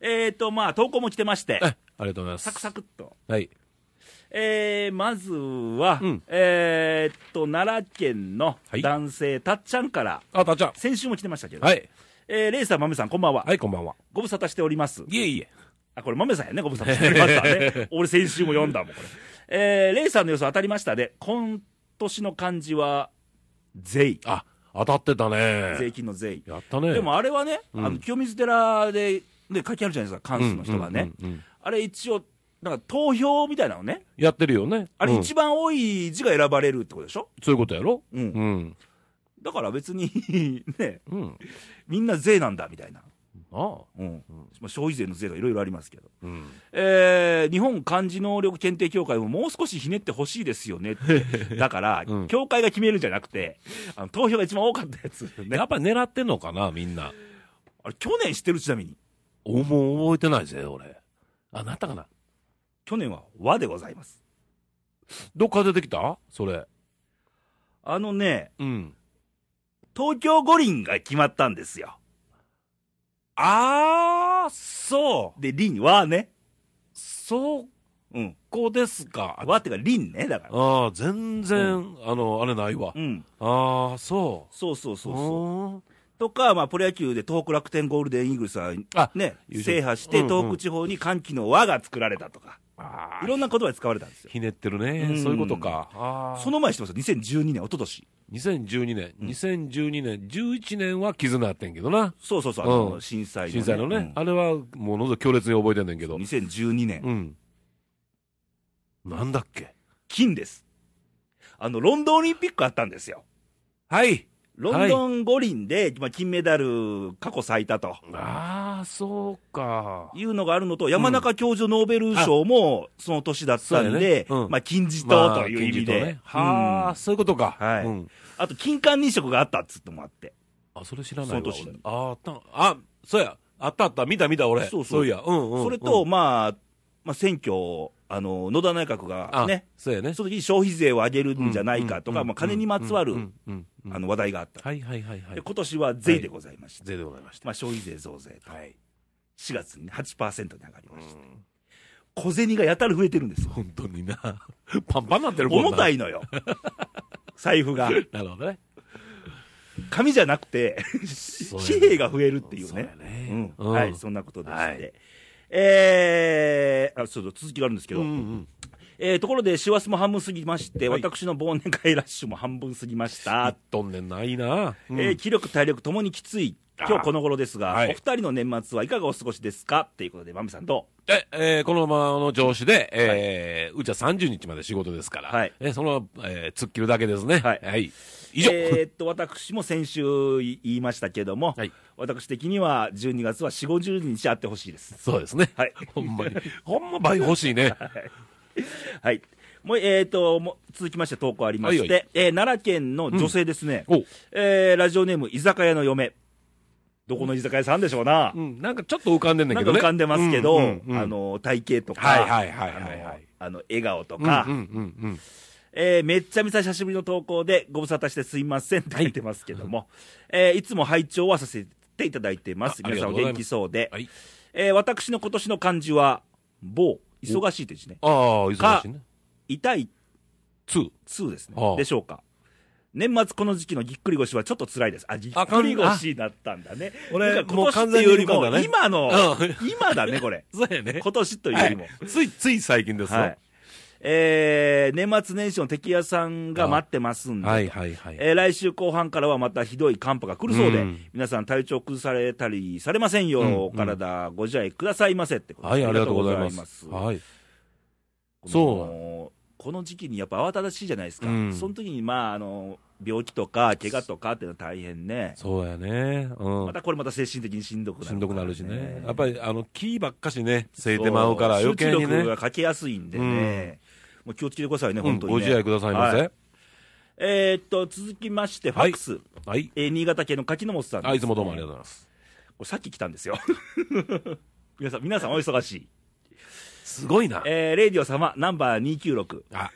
Speaker 1: えーとまあ、投稿も来てまして
Speaker 2: え、ありがとうございます。
Speaker 1: サクサクっと、
Speaker 2: はい。
Speaker 1: えーまずは、
Speaker 2: うん
Speaker 1: えーっと奈良県の
Speaker 2: はい
Speaker 1: 男性、たっちゃんから、
Speaker 2: あ、たっちゃん。
Speaker 1: 先週も来てましたけど、
Speaker 2: はい。
Speaker 1: ええー、レイさん、まめさん、こんばんは。
Speaker 2: はい、こんばんは。
Speaker 1: ご無沙汰しております。
Speaker 2: いえいえ。
Speaker 1: あ、これ、豆さんやね、ご無沙汰しておりました ね。俺、先週も読んだもん、これ。えー、レイさんの予想当たりましたで、今年の漢字は、税。
Speaker 2: あ、当たってた
Speaker 1: 税
Speaker 2: ね。
Speaker 1: 金の税。
Speaker 2: やったね。
Speaker 1: でもあれはね、
Speaker 2: うん
Speaker 1: あの清水寺で、ね、書きあるじゃないですか、関数の人がね。
Speaker 2: うんうんうんうん
Speaker 1: あれ一応、なんか投票みたいなのね。
Speaker 2: やってるよね。
Speaker 1: あれ
Speaker 2: うん
Speaker 1: 一番多い字が選ばれるってことでしょ
Speaker 2: そういうことやろ
Speaker 1: うん
Speaker 2: うん。
Speaker 1: だから別に、 ね、
Speaker 2: うん。
Speaker 1: みんな税なんだみたいな。
Speaker 2: ああ。
Speaker 1: うん。まあ、消費税の税がいろいろありますけど。
Speaker 2: うん。
Speaker 1: えー日本漢字能力検定協会ももう少しひねってほしいですよ ねって。だから、
Speaker 2: うん
Speaker 1: 協会が決めるんじゃなくて、あの投票が一番多かったやつ。ね
Speaker 2: やっぱり狙ってんのかな、みんな。
Speaker 1: あれ、去年してるちなみに。
Speaker 2: おもう覚えてないぜ、俺。あ、なったかな。
Speaker 1: 去年は和でございます。
Speaker 2: どっから出てきたそれ。
Speaker 1: あのね、
Speaker 2: うん。
Speaker 1: 東京五輪が決まったんですよ。
Speaker 2: あー、そう。
Speaker 1: で、輪はね。
Speaker 2: そ
Speaker 1: うん。
Speaker 2: こですか。
Speaker 1: 和ってか輪ね、だから。
Speaker 2: ああ、全然、あの、あれないわ。
Speaker 1: うん。
Speaker 2: ああ、そ
Speaker 1: そうそう
Speaker 2: う。
Speaker 1: そうそう。
Speaker 2: う
Speaker 1: とか、まあ、プロ野球で東北楽天ゴールデンイーグルスは、
Speaker 2: あ
Speaker 1: ね、
Speaker 2: 優勝
Speaker 1: 制覇して、
Speaker 2: うんうん
Speaker 1: 東北地方に歓喜の和が作られたとか、
Speaker 2: ーんあ
Speaker 1: い
Speaker 2: ー
Speaker 1: ろんな言葉で使われたんですよ。
Speaker 2: ひねってるね、
Speaker 1: うん
Speaker 2: そういうことか。あ
Speaker 1: そ
Speaker 2: そ
Speaker 1: の前してますよ、2012年、一昨年
Speaker 2: 2012年、2012年、11年は絆やってんけどな。
Speaker 1: そうそうそう、あの、
Speaker 2: うん
Speaker 1: 震災の、
Speaker 2: 震災のね、
Speaker 1: うん
Speaker 2: あれはものすごい強烈に覚えてんねんけど。
Speaker 1: 2012年、
Speaker 2: うん。なんだっけ
Speaker 1: 金です。あの、ロンドンオリンピックあったんですよ。
Speaker 2: はい
Speaker 1: ロンドン五輪で、まあ、金メダル過去最多と。
Speaker 2: ああ、そうか。
Speaker 1: いうのがあるのと、山中教授ノーベル賞もその年だったんで、
Speaker 2: そうだねうん
Speaker 1: まあ、金字
Speaker 2: ま
Speaker 1: 塔
Speaker 2: あ
Speaker 1: という意味で、
Speaker 2: 金字塔ねはあ、
Speaker 1: うん
Speaker 2: そういうことか。
Speaker 1: はい
Speaker 2: うん
Speaker 1: あと金環日食があったっつってもあって、
Speaker 2: あ、それ知らない
Speaker 1: そ
Speaker 2: わ
Speaker 1: の年
Speaker 2: 俺ああった、あ、そうや。あったあった。見た見た俺。
Speaker 1: そうそう
Speaker 2: いや。うんうん。
Speaker 1: それと、
Speaker 2: うん、
Speaker 1: まあ、まあ、選挙を、あの野田内閣が
Speaker 2: あ、
Speaker 1: ね、
Speaker 2: そうやね。
Speaker 1: その時に消費税を上げるんじゃないかとか、
Speaker 2: うん
Speaker 1: まあ、金にまつわる、
Speaker 2: うんうんうん
Speaker 1: あの話題があった、
Speaker 2: はいはいはいはい
Speaker 1: で。今年は税でございまして、
Speaker 2: 税でございました。
Speaker 1: まあ、消費税増税と、
Speaker 2: はい。
Speaker 1: 4月に、ね、8%に上がりました、小銭がやたら増えてるんですよ、
Speaker 2: 本当にな。 パンパンになってるもんな。
Speaker 1: 重た
Speaker 2: い。
Speaker 1: い のよ、財布が。
Speaker 2: なるほどね。
Speaker 1: 紙じゃなくて、
Speaker 2: うやね
Speaker 1: 紙幣が増えるっていう
Speaker 2: そうや
Speaker 1: ね。
Speaker 2: ね。
Speaker 1: うんはい、そんなことでして。
Speaker 2: はい
Speaker 1: えー、あ、そうそう、続きがあるんですけ
Speaker 2: うん
Speaker 1: ど、
Speaker 2: うん。
Speaker 1: えー、ところで、師走も半分過ぎまして、
Speaker 2: はい
Speaker 1: 私の忘年会ラッシュも半分過ぎました。
Speaker 2: あとんねんないな。うん
Speaker 1: えー気力、体力ともにきつい、今日この頃ですが、
Speaker 2: はい
Speaker 1: お二人の年末はいかがお過ごしですかっていうことで、まみさんど
Speaker 2: え、えーこのままの調子で、えーうちは30日まで仕事ですから、
Speaker 1: はい
Speaker 2: えその、えー突っ切るだけですね。
Speaker 1: はい
Speaker 2: 以
Speaker 1: う
Speaker 2: 上、
Speaker 1: えーっと、私も先週言いましたけども、
Speaker 2: はい
Speaker 1: 私的には12月は4、50日あってほしいです。
Speaker 2: そうですね。
Speaker 1: はい
Speaker 2: ほんまに。ほんま倍欲しいね。
Speaker 1: はい。もう、えっ、と、もう続きまして投稿ありまして、
Speaker 2: はいは
Speaker 1: えー奈良県の女性ですね、
Speaker 2: おう、
Speaker 1: えーラジオネーム、居酒屋の嫁。どこの居酒屋さんでしょうな。
Speaker 2: ん、なんかちょっと浮かんでんねん
Speaker 1: なん
Speaker 2: け
Speaker 1: か
Speaker 2: どね。
Speaker 1: 浮かんでますけど、
Speaker 2: うんうんうん
Speaker 1: あの、体型とか、
Speaker 2: はいはいはいはいは
Speaker 1: あ
Speaker 2: い
Speaker 1: の、あの笑顔と
Speaker 2: うん
Speaker 1: か、
Speaker 2: うんうんうん。
Speaker 1: えーめっちゃめちゃ久しぶりの投稿で、ご無沙汰してすいませんって書いてますけども、い、えーいつも拝聴はさせていただいてます。
Speaker 2: あ
Speaker 1: 皆さんお
Speaker 2: ありがとうござ
Speaker 1: 元
Speaker 2: います
Speaker 1: 気そうで、
Speaker 2: はい。
Speaker 1: えー私の今年の漢字は、某、忙しいという字ね。
Speaker 2: ああ、忙しいね。
Speaker 1: 痛い
Speaker 2: ツー
Speaker 1: 2ですね
Speaker 2: あ。あ
Speaker 1: でしょうか。年末この時期のぎっくり腰はちょっと辛いです。あ、ぎっ
Speaker 2: あか
Speaker 1: く
Speaker 2: ん
Speaker 1: り腰だったんだね。
Speaker 2: 俺
Speaker 1: なんか
Speaker 2: もう
Speaker 1: 今年
Speaker 2: 完
Speaker 1: って
Speaker 2: 全
Speaker 1: い
Speaker 2: に
Speaker 1: うよりも
Speaker 2: 今だ、ね
Speaker 1: 今の
Speaker 2: うん、。
Speaker 1: 今だね、これ
Speaker 2: そうやね。
Speaker 1: 今年というよりも。
Speaker 2: はいつい、つい最近ですよ。
Speaker 1: は
Speaker 2: はいい、。
Speaker 1: えー、年末年始の敵屋さんが待ってますんで、
Speaker 2: はいはいはい
Speaker 1: えー来週後半からはまたひどい寒波が来るそうで、
Speaker 2: うん
Speaker 1: 皆さん体調崩されたりされませんよ、
Speaker 2: うんうん
Speaker 1: お体ご自愛くださいませってことで
Speaker 2: ありがとうござい
Speaker 1: あ
Speaker 2: ます。
Speaker 1: りがとうござい
Speaker 2: はい。
Speaker 1: このこの時期にやっぱ慌ただしいじゃないですか、
Speaker 2: うん
Speaker 1: その時にまああの病気とか怪我とかっていうのは大変ね、
Speaker 2: そうやね。うん。
Speaker 1: またこれまた精神的にしんどくなる、
Speaker 2: しんどくなるしね。や
Speaker 1: り
Speaker 2: っぱり、あの、キーばっかしね、せいてまうから余計に
Speaker 1: 集中力
Speaker 2: ね。
Speaker 1: がかけやすいんでね、もう気をつけてくださいね、
Speaker 2: うん
Speaker 1: 本当に、ね
Speaker 2: ご自愛くださいま
Speaker 1: は
Speaker 2: せ。
Speaker 1: えーっと続きまして、ファックス、
Speaker 2: はい。
Speaker 1: えー新潟県の柿本さんです
Speaker 2: あ、いつもどうもありがとうございます。
Speaker 1: これさっき来たんですよ。 皆さん、皆さんお忙しい。
Speaker 2: すごいな。
Speaker 1: えー、レイディオ様、ナンバー296、
Speaker 2: あ、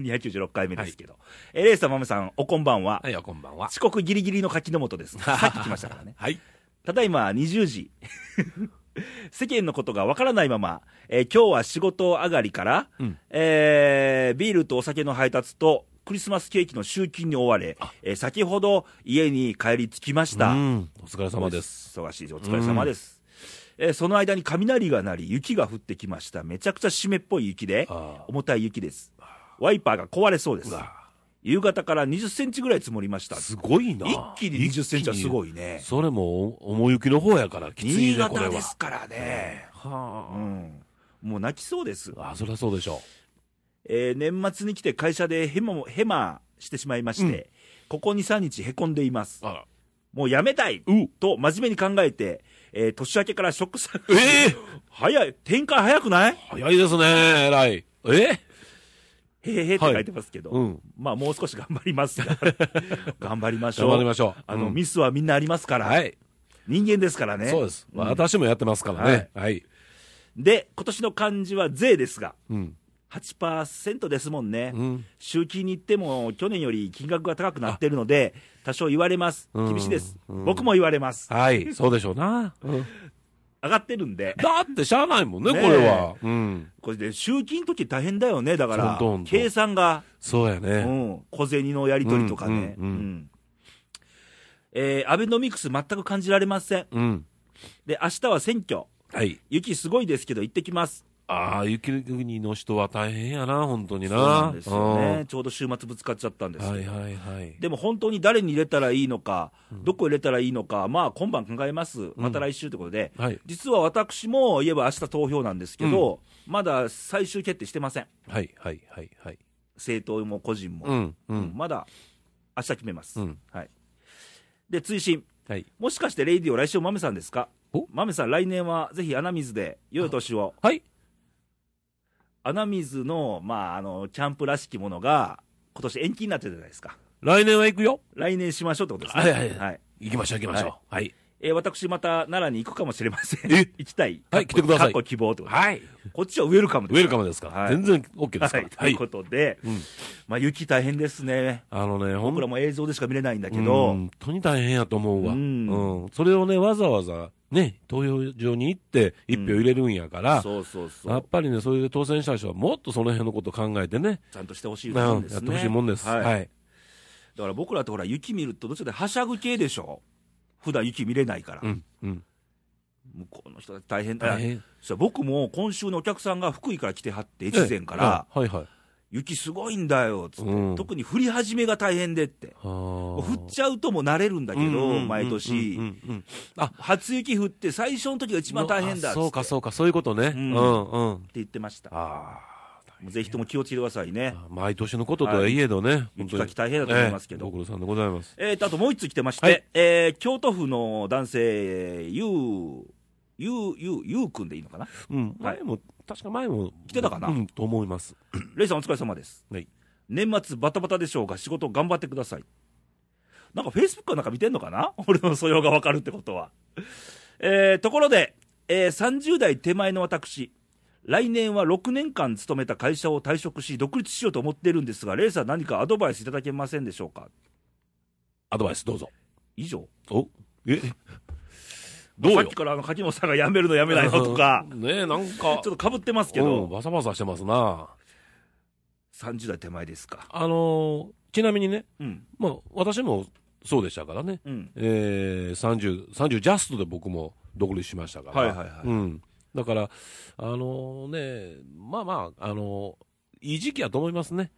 Speaker 1: 296回目ですけど。えーレイさん、マメさん、おこんばんは。
Speaker 2: はい、こんばんは。
Speaker 1: 遅刻ギリギリの柿の本 です。さっき来ましたからね。
Speaker 2: はい。
Speaker 1: ただいま20時。 世間のことがわからないまま、えー今日は仕事上がりから、
Speaker 2: うん
Speaker 1: えービールとお酒の配達と、クリスマスケーキの集金に追われ、えー先ほど家に帰り着きました。
Speaker 2: うんお疲れ様です。
Speaker 1: 忙しいですお疲れ様です、えーその間に雷が鳴り雪が降ってきましためちゃくちゃ湿っぽい雪で
Speaker 2: あ
Speaker 1: 重たい雪ですワイパーが壊れそうです
Speaker 2: うわ
Speaker 1: 夕方から2 0センチぐらい積もりました
Speaker 2: すごいな。
Speaker 1: 一気に2 0センチはすご
Speaker 2: い。
Speaker 1: いね
Speaker 2: それもお重雪の方やからきつい
Speaker 1: 新
Speaker 2: ね、これ
Speaker 1: 潟で
Speaker 2: は。
Speaker 1: すからね、う
Speaker 2: は
Speaker 1: ん、もう泣きそうです、
Speaker 2: あ。あ、そりゃそうでしょ
Speaker 1: えー年末に来て会社でヘマもヘマしてしまいまして、ここ23日へこんでいます
Speaker 2: う。あら。
Speaker 1: もうやめたいう
Speaker 2: え
Speaker 1: と真面目に考えて、えー年明けからショックさ
Speaker 2: え
Speaker 1: 早い展開早くない
Speaker 2: 早いですね、偉い。え
Speaker 1: へへへって書いてますけど、
Speaker 2: うん。
Speaker 1: まあもう少し頑張り ますが頑張りましょう
Speaker 2: 頑張りましょう。
Speaker 1: あの、
Speaker 2: うん
Speaker 1: ミスはみんなありますから、
Speaker 2: はい。
Speaker 1: 人間ですからね
Speaker 2: そうです。私もやってますからね。はい。
Speaker 1: で今年の漢字は「税」ですが
Speaker 2: うん。
Speaker 1: 8%ですもんね、
Speaker 2: うん。
Speaker 1: 集金に行っても去年より金額が高くなってるので多少言われます
Speaker 2: うん
Speaker 1: 厳しいです、
Speaker 2: うん
Speaker 1: 僕も言われます
Speaker 2: はい。そうでしょうな。うん
Speaker 1: 上がってるんで
Speaker 2: だってしゃあないもんね、こ
Speaker 1: ねえ
Speaker 2: れは。うん。
Speaker 1: これで集金の時大変だよねだか
Speaker 2: ほん
Speaker 1: ら
Speaker 2: とほんと
Speaker 1: 計算が
Speaker 2: そうや
Speaker 1: う
Speaker 2: ね。
Speaker 1: ん、小銭のやり取りとかね、
Speaker 2: うんうんうん
Speaker 1: うんえーアベノミクス、全く感じられません、
Speaker 2: うん。
Speaker 1: で明日は選挙、
Speaker 2: はい。
Speaker 1: 雪すごいですけど、行ってきます、
Speaker 2: ああ、雪国の人は大変やな、本当にな。
Speaker 1: そうなんですよね、ちょうど週末ぶつかっちゃったんで
Speaker 2: うん
Speaker 1: すけど、
Speaker 2: はいはいはい。
Speaker 1: でも本当に誰に入れたらいいのか、どこ入れたらいいのか、まあ今晩考えます、また来週ということで、
Speaker 2: はい。
Speaker 1: 実は私も言えば明日投票なんですけど、まだ最終決定してません、
Speaker 2: はいはいはいはい。
Speaker 1: 政党も個人も、
Speaker 2: うん。う
Speaker 1: うん
Speaker 2: ん。
Speaker 1: まだ明日決めます。
Speaker 2: うん。
Speaker 1: はい、で追伸
Speaker 2: はい。
Speaker 1: もしかしてレイディオ来週も豆さんですか
Speaker 2: お
Speaker 1: 豆さん来年はぜひ穴水で良い年を
Speaker 2: はい。
Speaker 1: 穴水のまああのキャンプらしきものが今年延期になってたじゃないですか
Speaker 2: 来年は行くよ。
Speaker 1: 来年しましょうってことですね
Speaker 2: はいはいはい
Speaker 1: はい
Speaker 2: 行きましょう行きましょう。はい。
Speaker 1: えー私また奈良に行くかもしれません
Speaker 2: え
Speaker 1: 行きたい
Speaker 2: はい来てくだ
Speaker 1: か
Speaker 2: さい
Speaker 1: っこ希望ってことで
Speaker 2: はい。
Speaker 1: こっちはウェルカム
Speaker 2: ウ
Speaker 1: です
Speaker 2: ェルカ
Speaker 1: ム
Speaker 2: ムですか
Speaker 1: は
Speaker 2: ら。
Speaker 1: い
Speaker 2: 全然 OK ですか
Speaker 1: は
Speaker 2: ら
Speaker 1: い。と。
Speaker 2: はいいう
Speaker 1: ことで、
Speaker 2: うん
Speaker 1: まあ雪大変ですね
Speaker 2: あのね、ほん
Speaker 1: 僕らも映像でしか見れないんだけど、
Speaker 2: 本当に大変やと思うわ。
Speaker 1: う
Speaker 2: うんん。それをね、わざわざ、ね、投票所に行って、一票入れるんやから、
Speaker 1: そうそうそ
Speaker 2: や
Speaker 1: う
Speaker 2: っぱりね、それで当選した人は、もっとその辺のこと考えてね、
Speaker 1: ちゃんとしてほしい
Speaker 2: うん
Speaker 1: もんですね
Speaker 2: やってほしいもんです。
Speaker 1: はい
Speaker 2: はい。
Speaker 1: だから僕らってほら、雪見ると、どっちかってはしゃぐ系でしょ、普段雪見れないから、
Speaker 2: うん。うん。
Speaker 1: 向こうの人たち大変だ、
Speaker 2: 大変。
Speaker 1: そう僕も今週のお客さんが福井から来てはって、越前から、
Speaker 2: ええ。はいはい。
Speaker 1: 雪すごいんだよっつって、
Speaker 2: うん
Speaker 1: 特に降り始めが大変でって、もう降っ
Speaker 2: ゃ
Speaker 1: ちゃうともう慣れるんだ
Speaker 2: う
Speaker 1: け
Speaker 2: んうんうんう
Speaker 1: ど、
Speaker 2: ん
Speaker 1: 毎年
Speaker 2: うん、うん
Speaker 1: 初雪降って、最初の時が一番大変だっつって
Speaker 2: あそうかそうか、そういうことね。
Speaker 1: う
Speaker 2: うんんうん。
Speaker 1: って言ってました、
Speaker 2: ああ。
Speaker 1: ぜひとも気をつけてくださいね。
Speaker 2: 毎年のこととはいえどね、
Speaker 1: 雪
Speaker 2: 本当
Speaker 1: か
Speaker 2: に
Speaker 1: き大変だと思いますけど
Speaker 2: ええご苦労さんでございます。
Speaker 1: えー、とあともう一つ来てまして、
Speaker 2: はい
Speaker 1: えー京都府の男性、ゆう、ゆう、ゆう、ゆうくんでいいのかな
Speaker 2: うん、
Speaker 1: はい
Speaker 2: 前も、確か前も
Speaker 1: 来てたかな
Speaker 2: うん、と思います。
Speaker 1: レイさんお疲れ様です、
Speaker 2: はい
Speaker 1: 年末バタバタでしょうが仕事頑張ってくださいなんかフェイスブックなんか見てんのかな 俺の素養がわかるってことは、えーところで、えー30代手前の私来年は6年間勤めた会社を退職し独立しようと思っているんですがレイさん何かアドバイスいただけませんでしょうか
Speaker 2: アドバイスどうぞ。
Speaker 1: 以上
Speaker 2: おえどう
Speaker 1: さっ
Speaker 2: よ
Speaker 1: きからあの柿本さんが辞めるの辞めないのとか
Speaker 2: ねえ、なんか。
Speaker 1: ちょっとかぶってますけ
Speaker 2: うん
Speaker 1: ど
Speaker 2: バサバサしてますな。
Speaker 1: 30代手前ですか
Speaker 2: あのーちなみにね、
Speaker 1: うん
Speaker 2: まあ、私もそうでしたからね。
Speaker 1: うん
Speaker 2: えー、30、30ジャストで僕も独立しましたか
Speaker 1: は
Speaker 2: ら。
Speaker 1: いはいはい
Speaker 2: うん。だから、あのーね、まあまあ、あのーいい時期やと思いますね。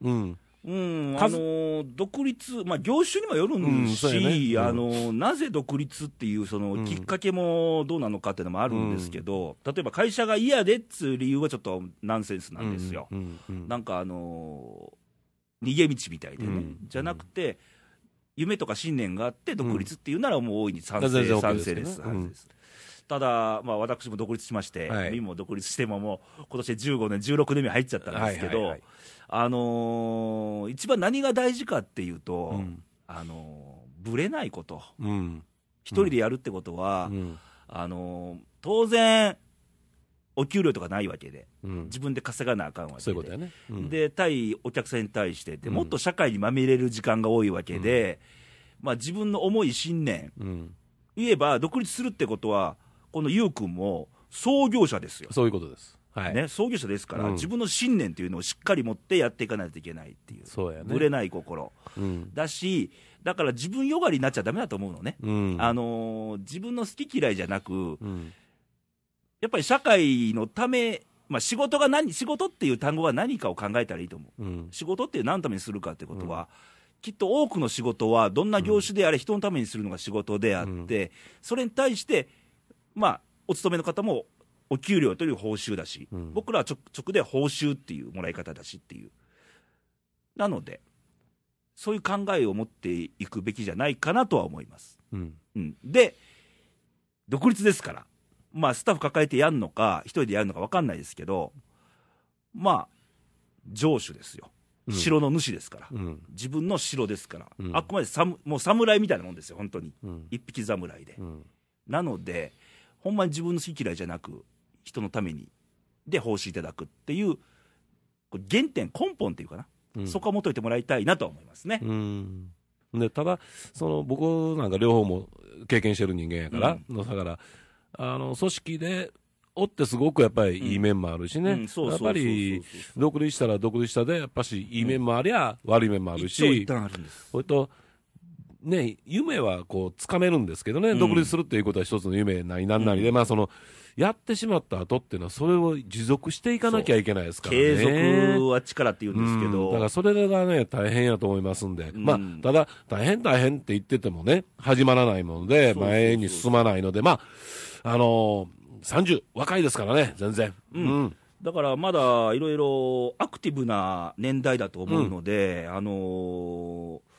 Speaker 2: うん。
Speaker 1: うん、あ
Speaker 2: 数
Speaker 1: のー独立、まあ、業種にもよる
Speaker 2: うんん
Speaker 1: し、
Speaker 2: そうやねうん
Speaker 1: あのーなぜ独立っていうその、
Speaker 2: うん
Speaker 1: きっかけもどうなのかっていうのもあるんですけど、例えば会社が嫌でっつう理由はちょっとナンセンスなんですよ、
Speaker 2: うん。うん
Speaker 1: なんか、あのー逃げ道みたいでね、
Speaker 2: うん
Speaker 1: じゃなくて、夢とか信念があって、独立っていうなら、もう大いに賛成、
Speaker 2: 全然 OK
Speaker 1: 賛成です、
Speaker 2: ですよねうん
Speaker 1: 賛成ですただ、まあ、私も独立しまして、
Speaker 2: はい
Speaker 1: 今も独立しても、もう今年で15年、16年目入っちゃったんですけど。
Speaker 2: はいはいはい
Speaker 1: あのー一番何が大事かっていうと、
Speaker 2: うん
Speaker 1: あのーぶれないこと、
Speaker 2: うん。
Speaker 1: 一人でやるってことは、
Speaker 2: うん。
Speaker 1: あのー当然、お給料とかないわけで、
Speaker 2: うん。
Speaker 1: 自分で稼がなあかんわけで、
Speaker 2: そういうことやね。うん、
Speaker 1: で対お客さんに対してで、
Speaker 2: うん
Speaker 1: もっと社会にまみれる時間が多いわけで、まあ、自分の思い、信念、
Speaker 2: うん。
Speaker 1: 言えば独立するってことは、このゆうくんも創業者ですよ、
Speaker 2: そういうことです。はい
Speaker 1: ね、創業者ですから、
Speaker 2: うん
Speaker 1: 自分の信念というのをしっかり持ってやっていかないといけないっていう、
Speaker 2: そうやね
Speaker 1: ぶれない心
Speaker 2: うん
Speaker 1: だし、だから自分よがりになっちゃだめだと思うのね、
Speaker 2: うん
Speaker 1: あのー自分の好き嫌いじゃなく、
Speaker 2: うん
Speaker 1: やっぱり社会のため、まあ、仕事が何、仕事っていう単語は何かを考えたらいいと思う。
Speaker 2: うん
Speaker 1: 仕事って何のためにするかってことは、きっと多くの仕事は、どんな業種であれ、人のためにするのが仕事であって、それに対して、まあ、お勤めの方もお給料という報酬だし、
Speaker 2: うん
Speaker 1: 僕らは直直で報酬っていうもらい方だしっていう、なので、そういう考えを持っていくべきじゃないかなとは思います。
Speaker 2: うん
Speaker 1: うん、で、独立ですから、まあ、スタッフ抱えてやるのか、一人でやるのか分かんないですけど、まあ、城主ですよ、
Speaker 2: うん
Speaker 1: 城の主ですから、
Speaker 2: うん
Speaker 1: 自分の城ですから、
Speaker 2: うん
Speaker 1: あくまでさむもう侍みたいなもんですよ、本当に、
Speaker 2: うん
Speaker 1: 一匹侍で。
Speaker 2: うん
Speaker 1: なので、ほんまに自分の好き嫌いじゃなく、人のために、で、奉仕いただくっていう、これ原点、根本っていうかな、
Speaker 2: うん
Speaker 1: そこは持っといてもらいたいなとは思いますね。
Speaker 2: うんでただその僕なんか両方も経験してる人間やから、だからあの組織でおってすごくやっぱりいい面もあるし
Speaker 1: うん
Speaker 2: ね
Speaker 1: そうそうそ
Speaker 2: やっ
Speaker 1: うそう
Speaker 2: ぱり独立したら独立したでやっぱしいい面もありゃ悪い面もある
Speaker 1: 一長一
Speaker 2: し
Speaker 1: 短あるんです。
Speaker 2: それとね夢はこうつかめるんですけどね、
Speaker 1: うん
Speaker 2: 独立するっていうことは一つの夢なりなんなりで、まあそのやってしまった後っていうのはそれを持続していかなきゃいけないですからね
Speaker 1: 継続は力って言うんですけど、
Speaker 2: うんだからそれがね、大変やと思いますんで、
Speaker 1: ん
Speaker 2: まあ、ただ、大変大変って言っててもね、始まらないもので、
Speaker 1: そうそうそう
Speaker 2: 前に進まないので、まあ、あのー、30、若いですからね、全然。うん。
Speaker 1: だからまだいろいろアクティブな年代だと思うので、あのー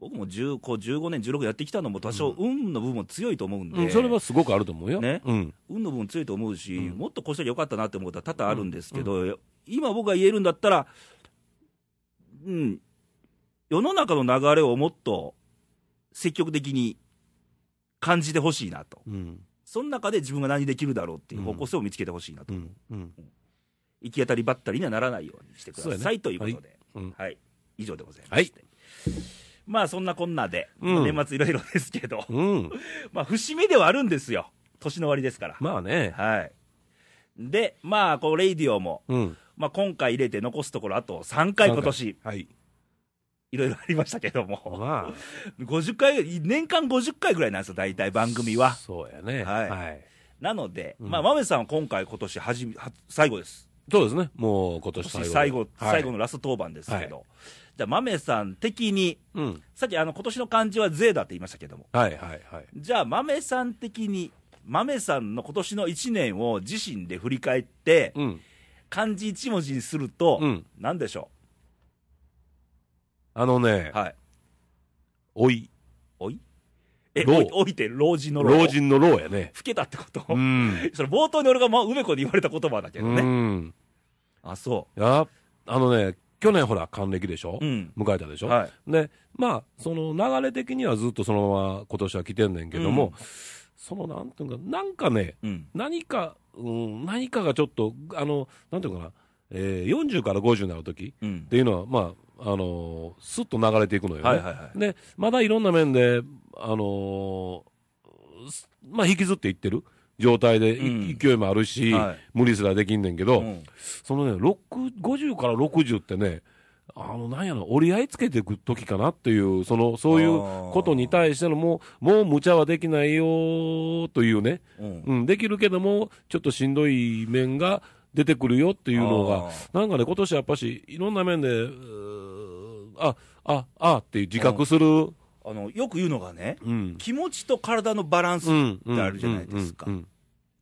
Speaker 1: 僕も10こう15年、16やってきたのも多少、運の部分も強いと思うんで、
Speaker 2: うんそれはすごくあると思うよ。
Speaker 1: ね
Speaker 2: うん。
Speaker 1: 運の部分強いと思うし、もっとこうしたらよかったなって思うことは多々あるんですけど、今、僕が言えるんだったら、うん、世の中の流れをもっと積極的に感じてほしいなと、
Speaker 2: うん。
Speaker 1: その中で自分が何できるだろうっていう方向性を見つけてほしいなと。
Speaker 2: うん。うん。
Speaker 1: 行き当たりばったりにはならないようにしてくだ
Speaker 2: そう
Speaker 1: さ
Speaker 2: や
Speaker 1: い、
Speaker 2: ね
Speaker 1: ということで、
Speaker 2: は
Speaker 1: はいい
Speaker 2: うん
Speaker 1: 以上でございまして、まあそんなこんなで、
Speaker 2: うん
Speaker 1: 年末いろいろですけど、
Speaker 2: うん。
Speaker 1: まあ節目ではあるんですよ、年の終わりですから。
Speaker 2: まあね。
Speaker 1: はい、で、まあ、こう、レイディオも、
Speaker 2: うん。
Speaker 1: まあ、今回入れて残すところ、あと3回、今年
Speaker 2: はい。
Speaker 1: いろいろありましたけども、
Speaker 2: ま
Speaker 1: 50回、年間50回ぐらいなんですよ、大体番組
Speaker 2: あ、
Speaker 1: は。
Speaker 2: そうやね。
Speaker 1: はい
Speaker 2: はい。
Speaker 1: なので、
Speaker 2: うん
Speaker 1: まあ、まめさんは今回、今年初め初最後です。
Speaker 2: そうですね。もう今年
Speaker 1: 今
Speaker 2: 最
Speaker 1: 年
Speaker 2: 後。
Speaker 1: 最後、
Speaker 2: はい
Speaker 1: 最後のラスト当番ですけど、じゃあ、まめさん的に、
Speaker 2: うん。
Speaker 1: さっきあの今年の漢字は税だって言いましたけども、
Speaker 2: はいはいはい。
Speaker 1: じゃあ、豆さん的に、豆さんの今年の1年を自身で振り返って、
Speaker 2: うん。
Speaker 1: 漢字1文字にすると、
Speaker 2: うん
Speaker 1: なんでしょ
Speaker 2: あのね
Speaker 1: う、、はい、
Speaker 2: 老い。
Speaker 1: おいえ、
Speaker 2: 老
Speaker 1: おい老いて老人の老
Speaker 2: 老人の老 やね。
Speaker 1: 老けたってこと、
Speaker 2: うん。
Speaker 1: それ冒頭に俺がま梅子に言われた言葉だけどね、
Speaker 2: うん。
Speaker 1: あそ
Speaker 2: やあのね、去年ほら、還暦でしょ、
Speaker 1: うん
Speaker 2: 迎えたでしょ、
Speaker 1: は
Speaker 2: で、まあ、その流れ的にはずっとそのまま今年は来てんねんけども、
Speaker 1: うん
Speaker 2: そのなんていうか、なんかね、
Speaker 1: う、うん、
Speaker 2: 何か、うん、何かがちょっと、あの、なんていうかな、えー、40から50になるとき
Speaker 1: うん
Speaker 2: っていうのは、まあ、あのーすっと流れていくのよね。
Speaker 1: はいはいはい
Speaker 2: で、まだいろんな面で、あのーすまあ、引きずっていってる状態で、い
Speaker 1: うん
Speaker 2: 勢いもあるし、
Speaker 1: はい
Speaker 2: 無理すらできんねんけど、
Speaker 1: うん
Speaker 2: そのね、6 50から60ってね、あの、なんやろ、折り合いつけていく時かなっていう、その、そういうことに対しての、もう、もう無茶はできないよ、というね、
Speaker 1: うん
Speaker 2: うん、できるけども、ちょっとしんどい面が出てくるよっていうのが
Speaker 1: あ、
Speaker 2: なんかね、今年やっぱし、いろんな面で、うーあ、あ、あっていう自覚する、
Speaker 1: あのよく言うのがね、
Speaker 2: うん、
Speaker 1: 気持ちと体のバランス、
Speaker 2: うん、
Speaker 1: ってあるじゃないですか
Speaker 2: うんうんうん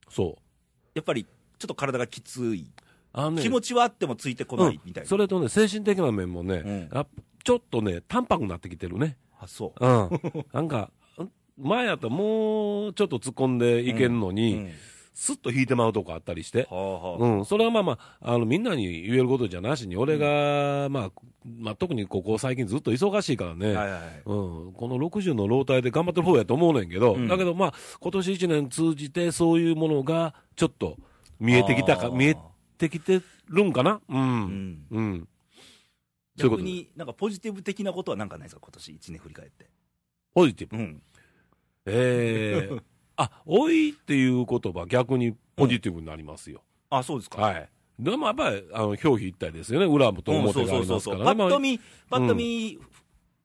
Speaker 2: そう。
Speaker 1: やっぱりちょっと体がきつい、
Speaker 2: あのね
Speaker 1: 気持ちはあってもついてこないみたい
Speaker 2: うん
Speaker 1: な、
Speaker 2: それとね、精神的な面もね、
Speaker 1: うん
Speaker 2: やっぱちょっとね、淡白になってきてるね。
Speaker 1: あそう、
Speaker 2: うん。なんか、ん前やったらもうちょっと突っ込んでいけんの
Speaker 1: う
Speaker 2: に、
Speaker 1: ん
Speaker 2: すっと引いてまうとこあったりして
Speaker 1: は。あはあ
Speaker 2: うん、それはまあまあ、あの、みんなに言えることじゃなしに、俺が、まあ、まあ、特にここ最近ずっと忙しいからね、
Speaker 1: はいはいはい
Speaker 2: うん、この60の老体で頑張ってる方やと思うねんけど、
Speaker 1: うん
Speaker 2: だけどまあ、今年1年通じてそういうものがちょっと見えてきた
Speaker 1: あ
Speaker 2: か、
Speaker 1: ー
Speaker 2: 見えてきてるんかなう。
Speaker 1: うんん
Speaker 2: うん。そうい
Speaker 1: 逆
Speaker 2: うこと
Speaker 1: になんかポジティブ的なことはなんかないですか、今年一年振り返って。
Speaker 2: ポジティブ。
Speaker 1: うん、
Speaker 2: ええあ、老いっていう言葉逆にポジティブになりますよ。
Speaker 1: あ、そうですか。
Speaker 2: はい。でもやっぱり、あの、表皮一体ですよね。裏もと
Speaker 1: うん
Speaker 2: 表
Speaker 1: そう
Speaker 2: が
Speaker 1: そ
Speaker 2: あ
Speaker 1: う
Speaker 2: り
Speaker 1: そ
Speaker 2: ま
Speaker 1: う
Speaker 2: す
Speaker 1: そ
Speaker 2: か
Speaker 1: う。
Speaker 2: らね。
Speaker 1: パッと
Speaker 2: ま
Speaker 1: 見、パッと見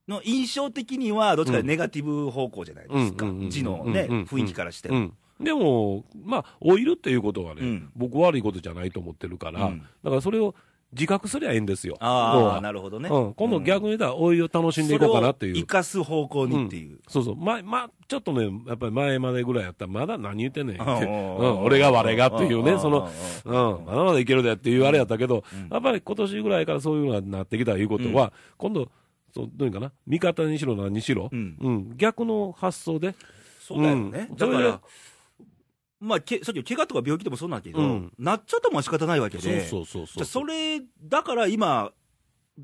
Speaker 1: の印象的には、どっちかというとネガティブ方向じゃないですか
Speaker 2: うんうんうんう。ん
Speaker 1: 字のね
Speaker 2: うんうん、
Speaker 1: 雰囲気からして
Speaker 2: あう。ん。でも、まあ、老いるっていうことはね、
Speaker 1: うん
Speaker 2: 僕悪いことじゃないと思ってるから、
Speaker 1: うん
Speaker 2: だからそれを自覚すりゃいいんですよ。要
Speaker 1: ああ、
Speaker 2: は
Speaker 1: なるほどね。
Speaker 2: うん、今度逆に言ったら、老いを楽しんでい
Speaker 1: そ
Speaker 2: こ
Speaker 1: れ
Speaker 2: う
Speaker 1: を
Speaker 2: かなっていう。
Speaker 1: 生かす方向にっていう。
Speaker 2: そうそう、ま、ま、ちょっとね、やっぱり前までぐらいやったら、まだ何言ってんねんって、
Speaker 1: うん
Speaker 2: う
Speaker 1: うんう
Speaker 2: ん
Speaker 1: ん
Speaker 2: 俺が我がっていう
Speaker 1: うん
Speaker 2: ね、その、
Speaker 1: う
Speaker 2: うん、まだまだいけるでっていうあれやったけど、やっぱり今年ぐらいからそういうのがなってきたいうことは、今度、そうどういうかな、味方にしろ何にしろ、
Speaker 1: う
Speaker 2: うんん、逆の発想で、
Speaker 1: そうだよね。
Speaker 2: うん
Speaker 1: だか
Speaker 2: それで
Speaker 1: ら、まあ、けさっき怪我とか病気でもそうなんだけど、
Speaker 2: うん
Speaker 1: なっちゃったもんは仕方ないわけで。
Speaker 2: そうそう
Speaker 1: じゃあそれだから今、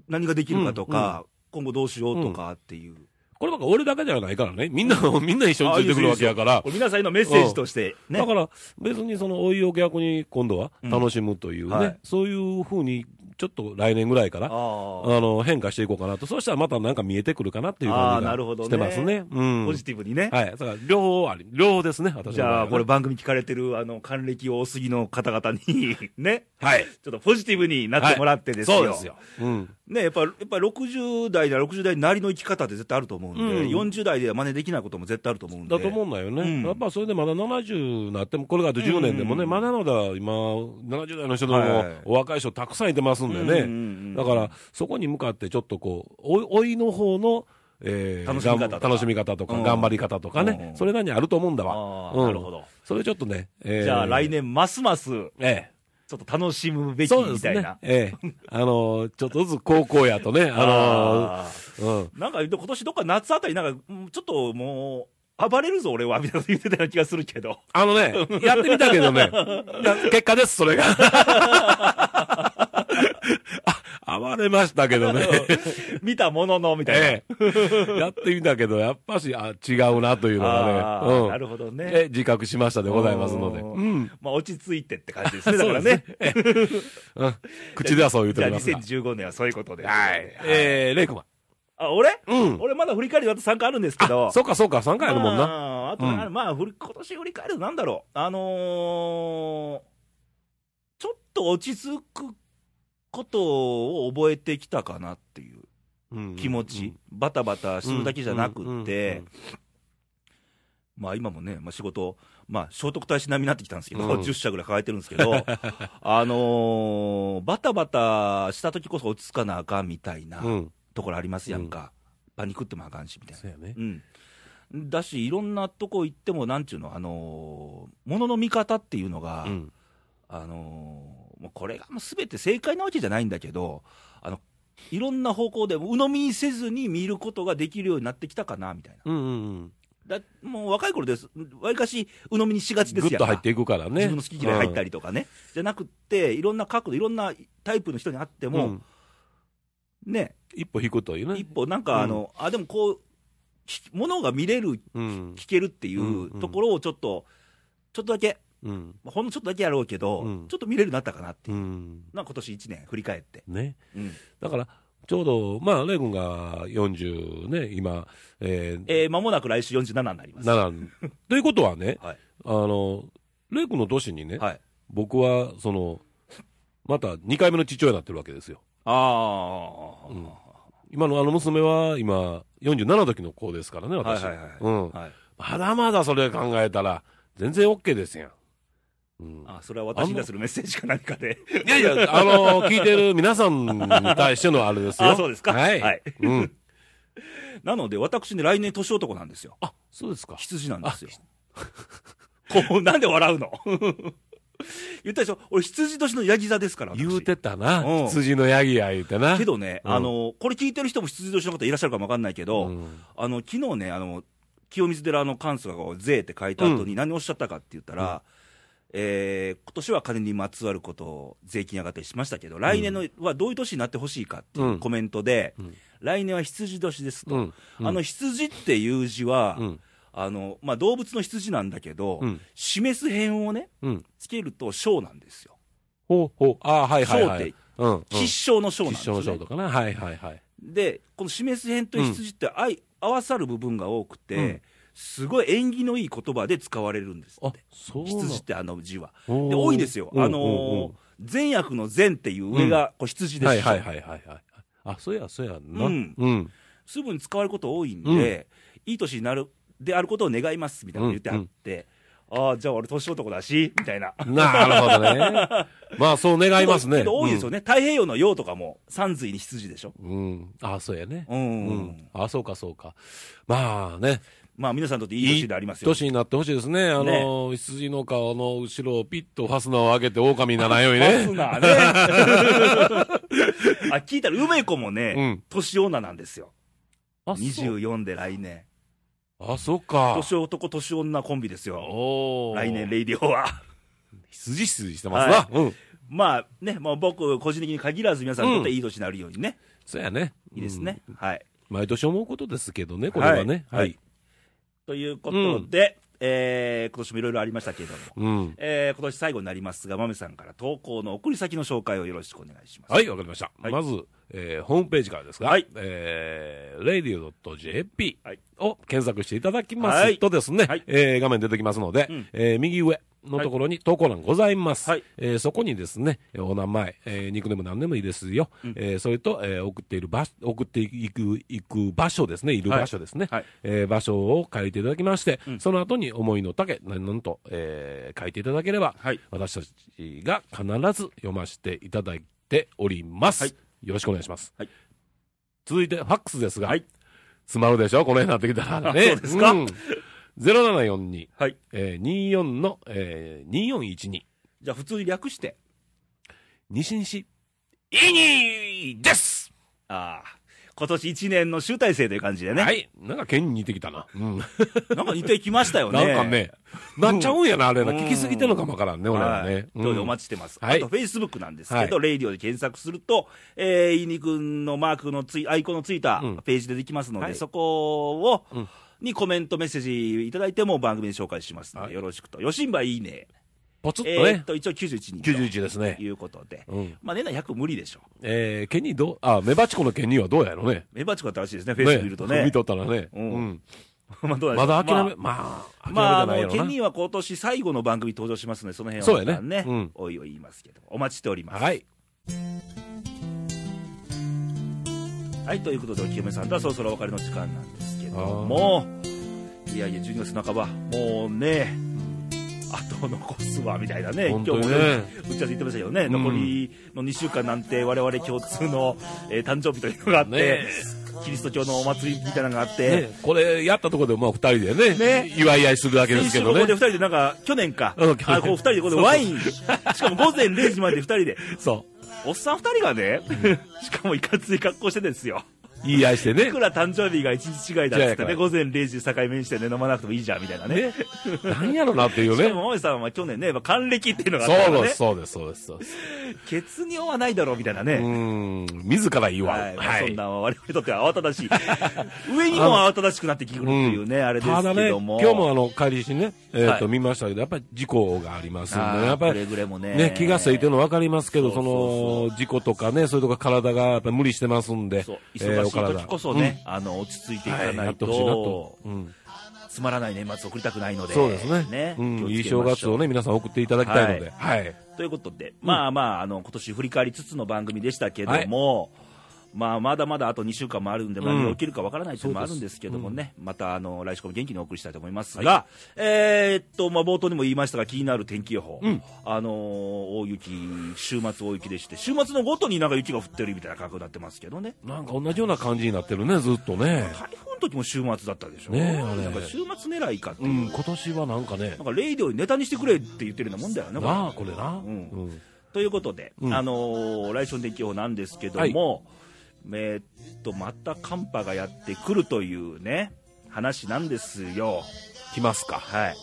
Speaker 1: 何ができるかとか、今後どうしようとかっていう。
Speaker 2: これなんか俺だけじゃないからね、みんな、みんな一緒についてくるわけやか
Speaker 1: あ
Speaker 2: ら
Speaker 1: こ、れ皆さんへのメッセージとして、ね。
Speaker 2: だから別にその老いを逆に今度は楽しむというね、
Speaker 1: うんはい
Speaker 2: そういうふうに、ちょっと来年ぐらいから
Speaker 1: あ、ー
Speaker 2: あの変化していこうかなと、そうしたらまたなんか見えてくるかなっていう
Speaker 1: あ
Speaker 2: 感
Speaker 1: ー
Speaker 2: じ
Speaker 1: なるほど
Speaker 2: が
Speaker 1: ね
Speaker 2: してますね。うん
Speaker 1: ポジティブにね。
Speaker 2: はい、だから両方あり、両方ですね、私の
Speaker 1: じゃあ、これ
Speaker 2: 場合はね
Speaker 1: 番組聞かれてる、あの、還暦多すぎの方々に、 ね。
Speaker 2: はい
Speaker 1: ちょっとポジティブになってもらってですよ。
Speaker 2: そうですよ。うん、
Speaker 1: ね、やっぱ、やっぱ60代なら60代なりの生き方って絶対あると思うんで、
Speaker 2: うん
Speaker 1: 40代では真似できないことも絶対あると思うんで。
Speaker 2: だと思うんだよね、
Speaker 1: うん
Speaker 2: やっぱそれでまだ70なっても、これがあと10年でもね、
Speaker 1: うん
Speaker 2: まだまだ今、70代の人で
Speaker 1: はい
Speaker 2: もお若い人、たくさんいてますんでね、
Speaker 1: うんうんうん
Speaker 2: だからそこに向かってちょっとこう、お老いの方の、えー
Speaker 1: 楽しみ方とか
Speaker 2: 楽しみ方とか、
Speaker 1: うん
Speaker 2: 頑張り方とか
Speaker 1: う
Speaker 2: ね、
Speaker 1: ん
Speaker 2: それなりにあると思うんだ
Speaker 1: あ
Speaker 2: わ、
Speaker 1: ー
Speaker 2: うん
Speaker 1: なるほど
Speaker 2: それちょっとね、えー
Speaker 1: じゃあ来、年ますます、ちょ
Speaker 2: ええ
Speaker 1: っと楽しむべき
Speaker 2: そうで
Speaker 1: み
Speaker 2: す
Speaker 1: たいな
Speaker 2: ね。。ええ。あの、ちょっとずつ高校やとね、あ
Speaker 1: あ
Speaker 2: の、うん。
Speaker 1: ーなんか今年どっか夏あたりなんか、うんちょっともう、暴れるぞ俺は、みたいなこと言ってたような気がするけど。
Speaker 2: あのね、やってみたけどね、いや結果です、それが。あ、暴れましたけどね。
Speaker 1: 見たものの、みたいな。
Speaker 2: ええ。やってみたけど、やっぱし、あ、違うなというの
Speaker 1: あ
Speaker 2: が
Speaker 1: ー
Speaker 2: ね、うん。
Speaker 1: なるほどね
Speaker 2: ええ自覚しましたでございますので。
Speaker 1: おー
Speaker 2: うん。
Speaker 1: まあ落ち着いてって感じですね。だ からね。
Speaker 2: うん口ではそう言う
Speaker 1: じ
Speaker 2: て
Speaker 1: ゃ
Speaker 2: お
Speaker 1: あ
Speaker 2: りますが。
Speaker 1: 2015年はそういうことで。
Speaker 2: はい。えー、レイクマン。
Speaker 1: あ、俺
Speaker 2: うん
Speaker 1: 俺まだ振り返りだと3回あるんですけど。
Speaker 2: そうかそうか、3回あるもんな。
Speaker 1: まあ、あと、
Speaker 2: うん
Speaker 1: まあ、振り今年振り返るとなんだろう。あのーちょっと落ち着くことを覚えてきたかなっていう気持ち。バタバタするだけじゃな
Speaker 2: うんう
Speaker 1: くっ
Speaker 2: んうんう
Speaker 1: て
Speaker 2: ん、
Speaker 1: まあ今もね、まあ、仕事、まあ、聖徳太子並みになってきたんですけど、
Speaker 2: うん
Speaker 1: 10社ぐらい抱えてるんですけ ど、あのーバタバタした時こそ落ち着かなあかんみたいな
Speaker 2: うん。うん。
Speaker 1: ところありますやんか。パニクってもあかんし、みたいな。
Speaker 2: そうやね。
Speaker 1: うん、だし、いろんなとこ行っても、なんちゅうの、あのー、ものの見方っていうのが、
Speaker 2: うん。
Speaker 1: あのーもうこれがもう全て正解なわけじゃないんだけど、あのいろんな方向で、鵜呑みにせずに見ることができるようになってきたかなみたい
Speaker 2: うんうんうん。
Speaker 1: な、だもう若い頃です、わりかし鵜呑みにしがちです
Speaker 2: ぐ
Speaker 1: やん
Speaker 2: っ
Speaker 1: か
Speaker 2: と入っていくからね。
Speaker 1: 自分の好き嫌い入った
Speaker 2: り
Speaker 1: りとかね、じゃなくって、いろんな角度、いろんなタイプの人に会っても、ね、
Speaker 2: 一歩引くというね。
Speaker 1: 一歩、なんかあの、あ、でもこう、きものが見れる
Speaker 2: うん。
Speaker 1: 聞けるってい
Speaker 2: んう
Speaker 1: うんところをちょっと、ちょっとだけ、
Speaker 2: うん。
Speaker 1: まあほんのちょっとだけやろうけど、
Speaker 2: うん
Speaker 1: ちょっと見れるようになったかなって
Speaker 2: う
Speaker 1: いう、
Speaker 2: ん。
Speaker 1: なんか今年1年振り返って。
Speaker 2: ね。
Speaker 1: うん
Speaker 2: だから、ちょうど、まあ、レイ君が40ね、今、えー、
Speaker 1: えー、間もなく来週47になります。
Speaker 2: 7。ということはね、
Speaker 1: はい。
Speaker 2: あの、レイ君の年にね、
Speaker 1: はい。
Speaker 2: 僕は、その、また2回目の父親になってるわけですよ。
Speaker 1: ああ、
Speaker 2: うん今のあの娘は、今、47の時の子ですからね、
Speaker 1: はい
Speaker 2: 私。
Speaker 1: はいはい。
Speaker 2: うん。
Speaker 1: はい、
Speaker 2: まだまだそれ考えたら、全然 OK ですやん。うん。
Speaker 1: あそれは私に対するメッセージか何かで。
Speaker 2: いやいや、あの聞いてる皆さんに対してのあれですよ。
Speaker 1: あそうですか
Speaker 2: はい。
Speaker 1: はい
Speaker 2: うん。
Speaker 1: なので、私ね、来年年男なんですよ。
Speaker 2: あ、そうですか。
Speaker 1: 羊なんですよ。こう、なんで笑うの 言ったでしょ俺、羊年のヤギ座ですから。私
Speaker 2: 言うてたな
Speaker 1: うん、
Speaker 2: 羊のヤギや言うてな。
Speaker 1: けどね、
Speaker 2: うん
Speaker 1: あの、これ聞いてる人も羊年の方いらっしゃるかもわかんないけど、
Speaker 2: うん
Speaker 1: あの、昨日ね、あの、清水寺の関数がこう税って書いた後に何をおっしゃったかって言ったら、えー今年は金にまつわることを税金上がったりしましたけど、来年のはどういう年になってほしいかっていうコメントで、来年は羊年ですと、
Speaker 2: うん
Speaker 1: あの羊っていう字は、
Speaker 2: うん
Speaker 1: あのまあ、動物の羊なんだけど、
Speaker 2: うん
Speaker 1: 示す辺をね、
Speaker 2: うん。
Speaker 1: つけると小なんですよ、
Speaker 2: ほうほう。あーはいはいは
Speaker 1: 小っ
Speaker 2: い
Speaker 1: て。
Speaker 2: うんうん。
Speaker 1: 吉祥の小なん
Speaker 2: 吉
Speaker 1: です
Speaker 2: 祥
Speaker 1: よ、
Speaker 2: の
Speaker 1: ね
Speaker 2: 章とかな。はいはいはい。
Speaker 1: で、この示す辺と羊って相、合わさる部分が多くて、
Speaker 2: うん
Speaker 1: すごい縁起のいい言葉で使われるんです
Speaker 2: あ
Speaker 1: って、
Speaker 2: そうなん
Speaker 1: 羊ってあの字は。
Speaker 2: で
Speaker 1: で多いですよ、あのー善悪の善っていう上がこう羊です
Speaker 2: は
Speaker 1: し
Speaker 2: いはいはいはいはい。あ、そうや、そうやんな。
Speaker 1: うん
Speaker 2: うん。
Speaker 1: すぐに使われること多いんで、いい年になるであることを願いますみたいなの言ってあって、ああ、じゃあ俺、年男だしみたいな。
Speaker 2: なるほ どね。まあ、そう願いますね。
Speaker 1: けど多いですよね、太平洋の洋とかも、三髄に羊でしょ。
Speaker 2: うん。うん。あ、そうやね。
Speaker 1: うん
Speaker 2: うんあ、そうか、そうか。まあね。
Speaker 1: まあ皆さんにとっていい年でありますよ、
Speaker 2: 年になってほしいですね。あの、羊の皮の後ろをピッとファスナーを上げて狼にならんように
Speaker 1: ファ
Speaker 2: ね
Speaker 1: ス。ナー ね。あ、聞いたら、梅子もね、
Speaker 2: うん
Speaker 1: 年女なんですよ。
Speaker 2: あ、そう。
Speaker 1: 24で来年。
Speaker 2: あ、そうか。
Speaker 1: 年男、年女コンビですよ。
Speaker 2: おー
Speaker 1: 来年、。レイディオは。
Speaker 2: 羊羊してますな。うん。
Speaker 1: まあね、もう僕、個人的に限らず皆さんにとっていい年になるようにね、
Speaker 2: そうやね。
Speaker 1: いいですね。はい。
Speaker 2: うん。毎年思うことですけどね、これはね。
Speaker 1: はい
Speaker 2: はい。
Speaker 1: ということで、えー今年もいろいろありましたけれども、
Speaker 2: うん。
Speaker 1: えー今年最後になりますが、まめさんから投稿の送り先の紹介をよろしくお願いします。
Speaker 2: はい、わかりました。
Speaker 1: はい
Speaker 2: まず、えーホームページからですが、
Speaker 1: はい
Speaker 2: えー、radio.jp
Speaker 1: はい
Speaker 2: を検索していただきますとですね、
Speaker 1: はい
Speaker 2: えー画面出てきますので、
Speaker 1: うん
Speaker 2: えー右上のところに投稿欄ございます。
Speaker 1: はい
Speaker 2: えーそこにですね、えーお名前、えーニックネーム何でもいいですよ。えーそれと、えー送っている場所、送っていく、行く場所ですね、いる場所ですね。
Speaker 1: はいはい
Speaker 2: えー場所を書いていただきまして、
Speaker 1: うん
Speaker 2: その後に思いの丈、何々と、えー書いていただければ、
Speaker 1: はい
Speaker 2: 私たちが必ず読ませていただいております。
Speaker 1: はい
Speaker 2: よろしくお願いします。
Speaker 1: はい
Speaker 2: 続いて、ファックスですが、
Speaker 1: はい
Speaker 2: 詰まるでしょこの辺になってきたらね。
Speaker 1: そうですか
Speaker 2: ん0742、
Speaker 1: はい。
Speaker 2: えー、24の、えー、2412、
Speaker 1: じゃあ、普通に略して、
Speaker 2: 西西、イニーです、
Speaker 1: ああ、今年1年の集大成という感じでね、
Speaker 2: はい。なんか剣に似てきたな。うん。
Speaker 1: なんか似てきましたよ
Speaker 2: な
Speaker 1: ね。
Speaker 2: んかね、なっちゃうんやな、あれな。
Speaker 1: うん
Speaker 2: 聞きすぎてんのかもわからんね、俺は
Speaker 1: はい
Speaker 2: ね。
Speaker 1: どうぞお
Speaker 2: ち。
Speaker 1: 待ちしてます。
Speaker 2: はい
Speaker 1: あと、フェイスブックなんですけど、
Speaker 2: は
Speaker 1: レイディオで検索すると、えー、いにくんのマークのつい、アイコンのついた
Speaker 2: うん
Speaker 1: ページでできますので、
Speaker 2: はい
Speaker 1: そこを、
Speaker 2: うん
Speaker 1: にコメント、メッセージいただいても番組で紹介しますので、
Speaker 2: はい
Speaker 1: よろしくと。よしんばいいね。
Speaker 2: ポツッ
Speaker 1: え
Speaker 2: と
Speaker 1: ーっ
Speaker 2: ね、
Speaker 1: と、一応91人と
Speaker 2: 91ですね。
Speaker 1: いうことで。
Speaker 2: うん。
Speaker 1: まあ、年内100無理でしょ。
Speaker 2: えー、ケニーどう、あ、メバチコのケニーはどうやろね。
Speaker 1: メバチコだったらしいですね、フェイス見るとね。
Speaker 2: 見とったらね。
Speaker 1: うん
Speaker 2: うん。
Speaker 1: まあどうなんでしょう
Speaker 2: まだ諦め、まあ、
Speaker 1: まあ、あ
Speaker 2: 諦めてないや
Speaker 1: の、
Speaker 2: ろ
Speaker 1: ケ
Speaker 2: な。
Speaker 1: ニーは今年最後の番組登場しますので、その辺は、
Speaker 2: そうやねうん
Speaker 1: おいおい言いますけど、お待ちしております。
Speaker 2: はい。
Speaker 1: はい、ということで、お清めさんとはそろそろお別れの時間なんですけども、いやいや、12月半ば、もうね、あと残すわ、みたいなね、
Speaker 2: 本
Speaker 1: 今
Speaker 2: 当
Speaker 1: 日
Speaker 2: に
Speaker 1: も
Speaker 2: ね
Speaker 1: ね打ち合わせ言ってましたけどね、
Speaker 2: ん
Speaker 1: 残りの2週間なんて、我々共通の、えー誕生日というのがあって、
Speaker 2: ね
Speaker 1: キリスト教のお祭りみたいなのがあって、
Speaker 2: ね、これやったところでまあ二人でね
Speaker 1: ね
Speaker 2: 祝い合いするわけで
Speaker 1: 先週
Speaker 2: すけ
Speaker 1: こ
Speaker 2: ど
Speaker 1: こで
Speaker 2: ね
Speaker 1: 2人でなんか、去年か、
Speaker 2: うん去年
Speaker 1: あこう2人でここでワイン、しかも午前0時まで2人で、
Speaker 2: そ
Speaker 1: おっさん2人がね、しかもいかつい格好してですよ。
Speaker 2: う言い合いして
Speaker 1: い
Speaker 2: ね
Speaker 1: くら誕生日が一日違いだっつっ
Speaker 2: 違い
Speaker 1: て
Speaker 2: やか
Speaker 1: ね、
Speaker 2: ら
Speaker 1: 午前0時境目にしてね、飲まなくてもいいじゃんみたいなね。
Speaker 2: ねなんやろなっていう
Speaker 1: で
Speaker 2: ね
Speaker 1: も、桃井さんは去年ね、やっぱ還暦っていうのがあっ
Speaker 2: そ
Speaker 1: たから
Speaker 2: うで
Speaker 1: ね
Speaker 2: す、そうですそうですそうです
Speaker 1: 血尿はないだろうみたいな
Speaker 2: う
Speaker 1: ね。
Speaker 2: ん自ら言わ
Speaker 1: はい
Speaker 2: ん
Speaker 1: まあ
Speaker 2: は
Speaker 1: そん
Speaker 2: い
Speaker 1: なんは我々にとっては慌ただ しい、上にも慌ただしくなってきてくるっていうね、あれで
Speaker 2: た
Speaker 1: す
Speaker 2: だ
Speaker 1: け
Speaker 2: ね
Speaker 1: ども、
Speaker 2: 今日もあの帰りしねえっ
Speaker 1: はい
Speaker 2: と見ましたけどやっぱり事故がありますん
Speaker 1: あー
Speaker 2: でやっぱ
Speaker 1: くれ
Speaker 2: り
Speaker 1: ぐれもね
Speaker 2: ね気がついてるの分かりますけど
Speaker 1: そうそ
Speaker 2: そう
Speaker 1: そ
Speaker 2: の事故とかねそういうとこ体がやっぱり無理してますんで
Speaker 1: そう
Speaker 2: えー
Speaker 1: 忙し
Speaker 2: お
Speaker 1: い
Speaker 2: 体
Speaker 1: 時こそね、あの落ち着いて
Speaker 2: う
Speaker 1: い
Speaker 2: ん
Speaker 1: か
Speaker 2: はい
Speaker 1: な
Speaker 2: や
Speaker 1: い
Speaker 2: ってほしいなと
Speaker 1: と、
Speaker 2: うん
Speaker 1: つまらない年末送りたくないので、
Speaker 2: そうですねうん
Speaker 1: 気をつけましょう
Speaker 2: いい正月をね皆さん送っていただきたいのではい
Speaker 1: ということで、まあまあ、あの今年振り返りつつの番組でしたけども、まあまだまだあと2週間もあるんで、
Speaker 2: ん
Speaker 1: 何が起きるかわからないというのもあるんですけどもね、またあの来週も元気にお送りしたいと思いますが、えーっと、まあ、冒頭にも言いましたが、気になる天気予報、あのー大雪、週末大雪でして、週末のごとになんか雪が降ってるみたいな感覚になってますけどね。
Speaker 2: なんか同じような感じになってるね、ずっとね。
Speaker 1: 台風の時も週末だったでしょ、
Speaker 2: ねえあれ
Speaker 1: なんか週末狙いかっていうう、
Speaker 2: ん、今年はなんかね
Speaker 1: な、んかレイディオにネタにしてくれって言ってるようなもんだよね、これ
Speaker 2: なあ、これな。
Speaker 1: ん
Speaker 2: うん
Speaker 1: ということで、
Speaker 2: うん
Speaker 1: あのー来週の天気予報なんですけども、えーっとまた寒波がやってくるというね話なんですよ。
Speaker 2: 来ますか。
Speaker 1: はい、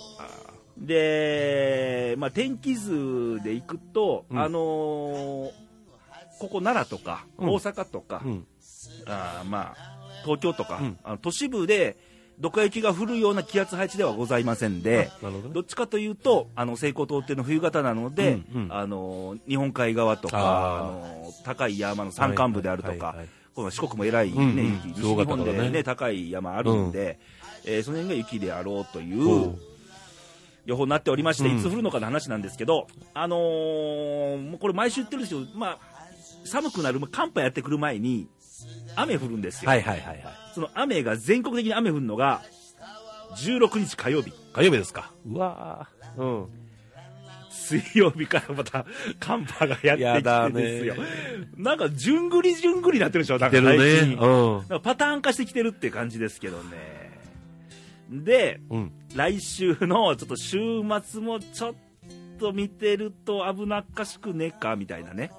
Speaker 1: で、まあ、天気図でいくと、
Speaker 2: うん
Speaker 1: あのーここ奈良とか
Speaker 2: うん
Speaker 1: 大阪とか、
Speaker 2: うん。
Speaker 1: あーまあ、東京とか、
Speaker 2: うん
Speaker 1: あの都市部でどか雪が降るような気圧配置ではございませんで。
Speaker 2: なるほ
Speaker 1: ど
Speaker 2: どね。
Speaker 1: っちかというと、あの西高東低の冬型なので、
Speaker 2: うんうん
Speaker 1: あの日本海側とかあ
Speaker 2: あー
Speaker 1: の、高い山の山間部であるとか、
Speaker 2: はいはいはい
Speaker 1: この四国も偉い、ね
Speaker 2: うんうん
Speaker 1: 雪西
Speaker 2: すご
Speaker 1: 日
Speaker 2: かった
Speaker 1: 本
Speaker 2: から
Speaker 1: で、
Speaker 2: ね
Speaker 1: ね、高い山あるんで、えーその辺が雪であろうとい
Speaker 2: お
Speaker 1: う
Speaker 2: う
Speaker 1: 予報になっておりまして、
Speaker 2: うん
Speaker 1: いつ降るのかの話なんですけど、あのーもうこれ毎週言ってるんですけど、まあ、寒くなる、寒波やってくる前に、雨降るんですよ。
Speaker 2: はいはいはいはい。
Speaker 1: その雨が、全国的に雨降るのが、16日火曜日、
Speaker 2: 火曜日ですか。うわーうん。
Speaker 1: 水曜日からまた寒波がやってきてですよ
Speaker 2: やだ。
Speaker 1: なんか、じゅんぐりじゅんぐりになってるでしょ、なんか最近。
Speaker 2: うん。
Speaker 1: なんかパターン化してきてるって感じですけどね。で、
Speaker 2: うん。
Speaker 1: 来週のちょっと週末もちょっと見てると危なっかしくねえかみたいなね。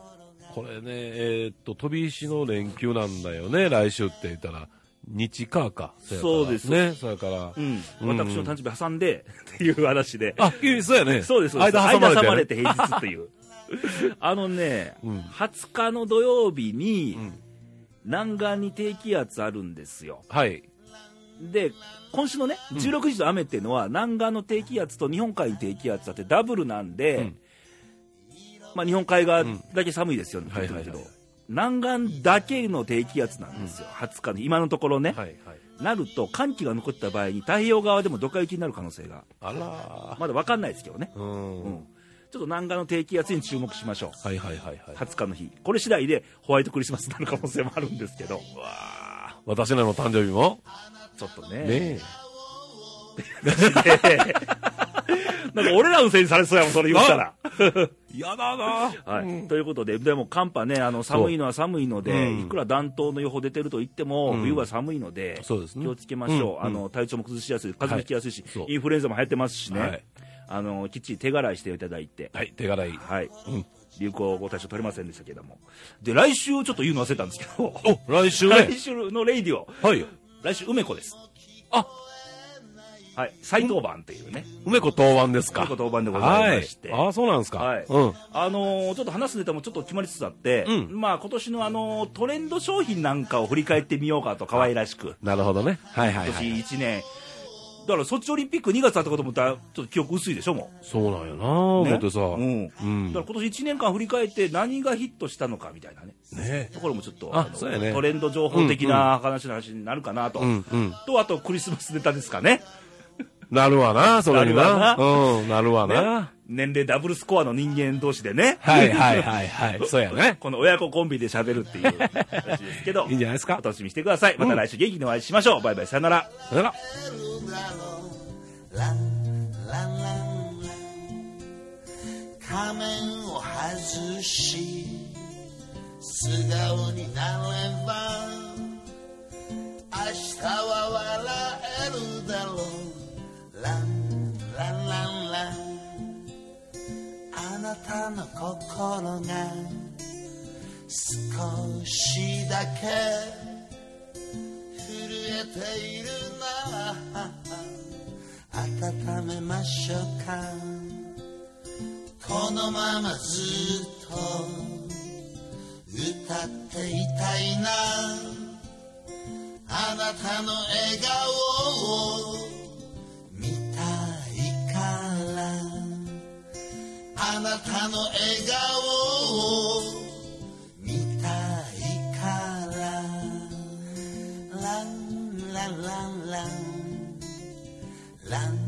Speaker 2: これね、えーっと、飛び石の連休なんだよね、来週って言ったら。日火か。やから
Speaker 1: そうです
Speaker 2: ね、それから。
Speaker 1: うん。
Speaker 2: うんうん
Speaker 1: 私の誕生日挟んで っていう話で。
Speaker 2: あ、君そうやね。
Speaker 1: そうです、そうです。
Speaker 2: 間挟まれて。
Speaker 1: 間挟まれて平日と いう。あのね、
Speaker 2: うん
Speaker 1: 20日の土曜日に
Speaker 2: うん
Speaker 1: 南岸に低気圧あるんですよ。
Speaker 2: はい。
Speaker 1: で、今週のね、
Speaker 2: ん
Speaker 1: 16日の雨っていうのは、南岸の低気圧と日本海に低気圧だってダブルなんで、
Speaker 2: うん
Speaker 1: まあ、日本海側だけ寒いですよね、
Speaker 2: うん
Speaker 1: 言ってるけど
Speaker 2: はいはいは
Speaker 1: 南岸だけの低気圧なんですよ、20日の今のところね、
Speaker 2: はい、はい。
Speaker 1: なると寒気が残った場合に、太平洋側でもドカ雪になる可能性が、
Speaker 2: あらー
Speaker 1: まだ分かんないですけどね、
Speaker 2: うん。
Speaker 1: うんちょっと南岸の低気圧に注目しましょ
Speaker 2: はいはいはいは
Speaker 1: う、
Speaker 2: い。
Speaker 1: 20日の日、これ次第でホワイトクリスマスになる可能性もあるんですけど、
Speaker 2: 私らの誕生日も
Speaker 1: ちょっと
Speaker 2: ねえ。
Speaker 1: なんか俺らのせいにされそうやもん、それ言ったら。
Speaker 2: やだな
Speaker 1: はい
Speaker 2: うん
Speaker 1: ということで、でも寒波ね、あの寒いのは寒いので、
Speaker 2: うん
Speaker 1: いくら暖冬の予報出てると言っても、
Speaker 2: うん
Speaker 1: 冬は寒いので、
Speaker 2: そうですね
Speaker 1: 気をつけましょう、
Speaker 2: うん
Speaker 1: あの、体調も崩しやすい、風邪もひきやすいし、
Speaker 2: はいそう
Speaker 1: インフルエンザも流行ってますしね、
Speaker 2: はい
Speaker 1: あのきっちり手洗いしていただいて、
Speaker 2: はい、手柄いい。
Speaker 1: はい
Speaker 2: うん
Speaker 1: 流行語大賞取れませんでしたけども、で来週、ちょっと言うの忘れたんですけど、
Speaker 2: お、来週
Speaker 1: 来
Speaker 2: ね。
Speaker 1: 週のレイディオ、
Speaker 2: はい。
Speaker 1: 来週、梅子です。
Speaker 2: あ
Speaker 1: はい、再登板っていうね、
Speaker 2: 梅子当番ですか。
Speaker 1: 梅子当番でございまして
Speaker 2: はい、ああ、そうなんですか。
Speaker 1: はい
Speaker 2: うん。
Speaker 1: あのーちょっと話すネタもちょっと決まりつつあって、
Speaker 2: うん
Speaker 1: まあ今年のあのートレンド商品なんかを振り返ってみようかと可愛らしく
Speaker 2: なるほどね。はいはい
Speaker 1: 今
Speaker 2: は
Speaker 1: 年
Speaker 2: い。
Speaker 1: 1年だからソチオリンピック2月あったこと思ったらちょっと記憶薄いでしょも
Speaker 2: そうなんやな
Speaker 1: う、
Speaker 2: 思
Speaker 1: ね
Speaker 2: ってさ。
Speaker 1: うんだか
Speaker 2: うん。
Speaker 1: ら今年1年間振り返って何がヒットしたのかみたいなね
Speaker 2: ね
Speaker 1: ところもちょっと
Speaker 2: あ
Speaker 1: の
Speaker 2: そうやね
Speaker 1: トレンド情報的な話の話になるかなと、
Speaker 2: うんうん。
Speaker 1: とあとクリスマスネタですかね
Speaker 2: なるわな、それに
Speaker 1: な
Speaker 2: な。
Speaker 1: るわ
Speaker 2: うん、なるわ
Speaker 1: ね
Speaker 2: な。
Speaker 1: 年齢ダブルスコアの人間同士でね
Speaker 2: はいはいはいはい。そうやね。
Speaker 1: この親子コンビで喋るっていう話ですけど
Speaker 2: いいんじゃないですか
Speaker 1: お楽しみにしてくださいまた来週元気にお会いしましょう、バイバイさよなら
Speaker 2: さよなら。
Speaker 3: ランランランラン仮面を外し素顔になれば明日は笑えるだろうランランランランあなたの心が少しだけ震えているなら温めましょうかこのままずっと歌っていたいなあなたの笑顔を見たいからあなたの笑顔を見たいからランランランランラン